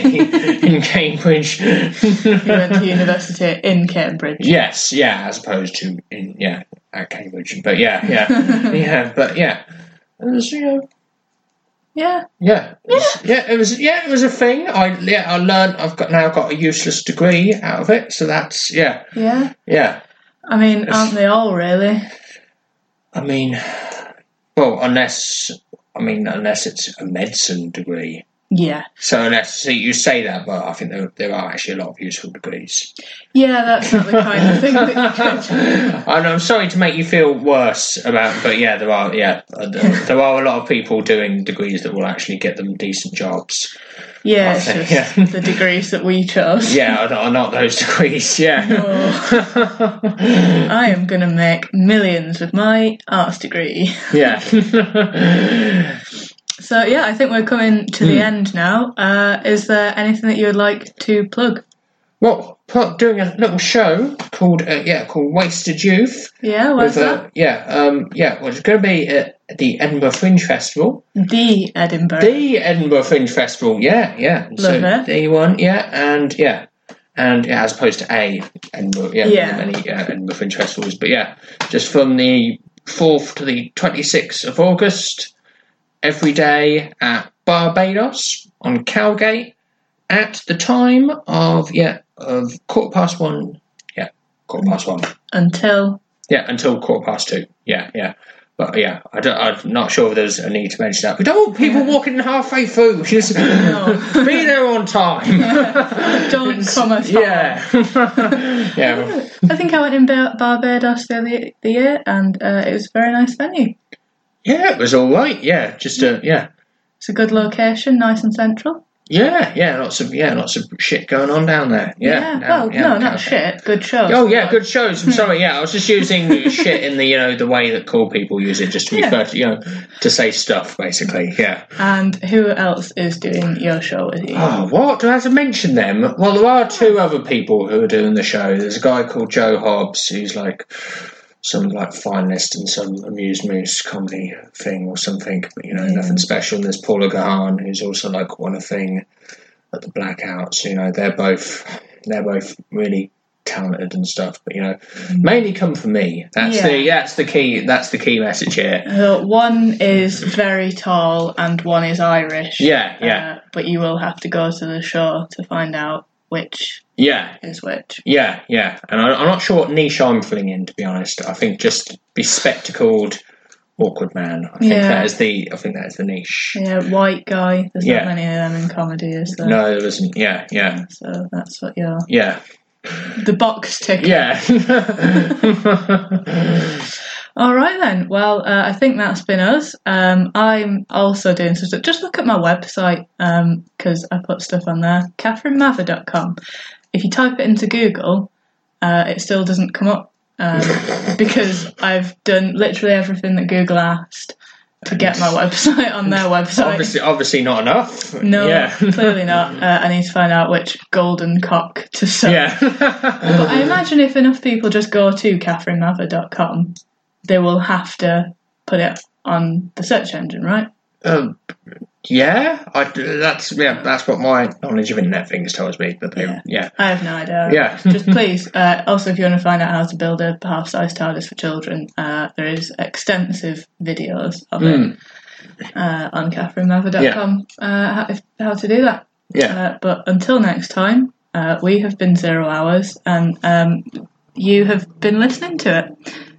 [SPEAKER 3] in Cambridge.
[SPEAKER 2] You went to university in Cambridge.
[SPEAKER 3] yes, yeah, as opposed to in yeah at Cambridge. But yeah, yeah, yeah, but yeah. It was, you know,
[SPEAKER 2] Yeah.
[SPEAKER 3] yeah, it was- yeah, it was yeah, it was a thing. I yeah, I learned. I've got now got a useless degree out of it, so that's yeah,
[SPEAKER 2] Yeah.
[SPEAKER 3] yeah.
[SPEAKER 2] I mean, aren't they all really?
[SPEAKER 3] I mean, well, unless I mean, unless it's a medicine degree.
[SPEAKER 2] Yeah.
[SPEAKER 3] So unless see, you say that, but I think there, there are actually a lot of useful degrees.
[SPEAKER 2] Yeah, that's not the kind of thing that you could.
[SPEAKER 3] And I'm sorry to make you feel worse about, but yeah, there are yeah, uh, there there are a lot of people doing degrees that will actually get them decent jobs.
[SPEAKER 2] Yeah, it's
[SPEAKER 3] I
[SPEAKER 2] just
[SPEAKER 3] think,
[SPEAKER 2] the
[SPEAKER 3] yeah.
[SPEAKER 2] degrees that we chose.
[SPEAKER 3] Yeah, are, are not those degrees. Yeah,
[SPEAKER 2] Oh, I am going to make millions with my arts degree.
[SPEAKER 3] yeah.
[SPEAKER 2] So, yeah, I think we're coming to the
[SPEAKER 3] Hmm.
[SPEAKER 2] end now. Uh, is there anything that you would like to plug?
[SPEAKER 3] well, part- doing a little show called uh, yeah called Wasted Youth.
[SPEAKER 2] Yeah, what's
[SPEAKER 3] with, uh,
[SPEAKER 2] that?
[SPEAKER 3] yeah, um, yeah. Well, it's going to be at the Edinburgh Fringe Festival.
[SPEAKER 2] The Edinburgh.
[SPEAKER 3] The Edinburgh Fringe Festival. Yeah, yeah. so
[SPEAKER 2] Love it.
[SPEAKER 3] The one. Yeah, and yeah, and yeah, as opposed to a Edinburgh. Yeah,
[SPEAKER 2] Yeah.
[SPEAKER 3] many uh, Edinburgh Fringe festivals, but yeah, just from the fourth to the twenty sixth of August, every day at Barbados on Calgate at the time of yeah of quarter past one. Yeah, quarter past one.
[SPEAKER 2] Until.
[SPEAKER 3] Yeah, until quarter past two. Yeah, yeah. But yeah, I don't, I'm not sure if there's a need to mention that. We don't want people walking halfway through. Just be there on time.
[SPEAKER 2] Don't come us
[SPEAKER 3] yeah. yeah.
[SPEAKER 2] I think I went in Bar- Barbados the other the year and uh, it was a very nice venue.
[SPEAKER 3] Yeah, it was all right. Yeah, just uh, yeah.
[SPEAKER 2] It's a good location, nice and central.
[SPEAKER 3] Yeah, yeah, lots of yeah, lots of shit going on down there. Yeah, down-
[SPEAKER 2] well,
[SPEAKER 3] yeah,
[SPEAKER 2] no,
[SPEAKER 3] down there.
[SPEAKER 2] not shit. Good show.
[SPEAKER 3] Oh yeah, good shows. I'm sorry. Yeah, I was just using shit in the you know the way that cool people use it, just to refer to you know to say stuff basically. Yeah.
[SPEAKER 2] And who else is doing your show with you?
[SPEAKER 3] Oh, what? Do I have to mention them? Well, there are two other people who are doing the show. There's a guy called Joe Hobbs, who's like some like finalist in some amuse moose comedy thing or something, but you know, nothing special. And there's Paula Gahan, who's also like won a thing at the Blackouts. You know, they're both they're both really talented and stuff, but you know, mainly come for me. That's the
[SPEAKER 2] Yeah.
[SPEAKER 3] that's the key that's the key message here.
[SPEAKER 2] So one is very tall and one is Irish.
[SPEAKER 3] Yeah, yeah.
[SPEAKER 2] Uh, but you will have to go to the show to find out which
[SPEAKER 3] Yeah,
[SPEAKER 2] is which.
[SPEAKER 3] Yeah, yeah, and I, I'm not sure what niche I'm filling in. To be honest, I think just be spectacled, awkward man. I think
[SPEAKER 2] Yeah.
[SPEAKER 3] that is the. I think that is the niche.
[SPEAKER 2] Yeah, white guy. There's
[SPEAKER 3] Yeah.
[SPEAKER 2] not many of them in comedy, is there?
[SPEAKER 3] No, there isn't. Yeah, yeah,
[SPEAKER 2] So that's what you're.
[SPEAKER 3] yeah,
[SPEAKER 2] The box tick.
[SPEAKER 3] yeah.
[SPEAKER 2] All right then. Well, uh, I think that's been us. Um, I'm also doing some stuff. Just look at my website because I put stuff on there. CatherineMather.com. If you type it into Google, uh, it still doesn't come up um, because I've done literally everything that Google asked to get my website on their website.
[SPEAKER 3] obviously, obviously not enough.
[SPEAKER 2] No,
[SPEAKER 3] Yeah.
[SPEAKER 2] clearly not. Uh, I need to find out which golden cock to sell.
[SPEAKER 3] yeah.
[SPEAKER 2] But I imagine if enough people just go to katherinemather.com, they will have to put it on the search engine, right?
[SPEAKER 3] um, yeah. I, that's yeah. That's what my knowledge of internet things tells me. But they,
[SPEAKER 2] Yeah.
[SPEAKER 3] yeah.
[SPEAKER 2] I have no idea.
[SPEAKER 3] Yeah.
[SPEAKER 2] just please. Uh, also, if you want to find out how to build a half-sized TARDIS for children, uh, there is extensive videos of it uh, on katherinemather.com. Uh, how, if, how to do that.
[SPEAKER 3] Yeah.
[SPEAKER 2] Uh, but until next time, uh, we have been zero hours, and um, you have been listening to it.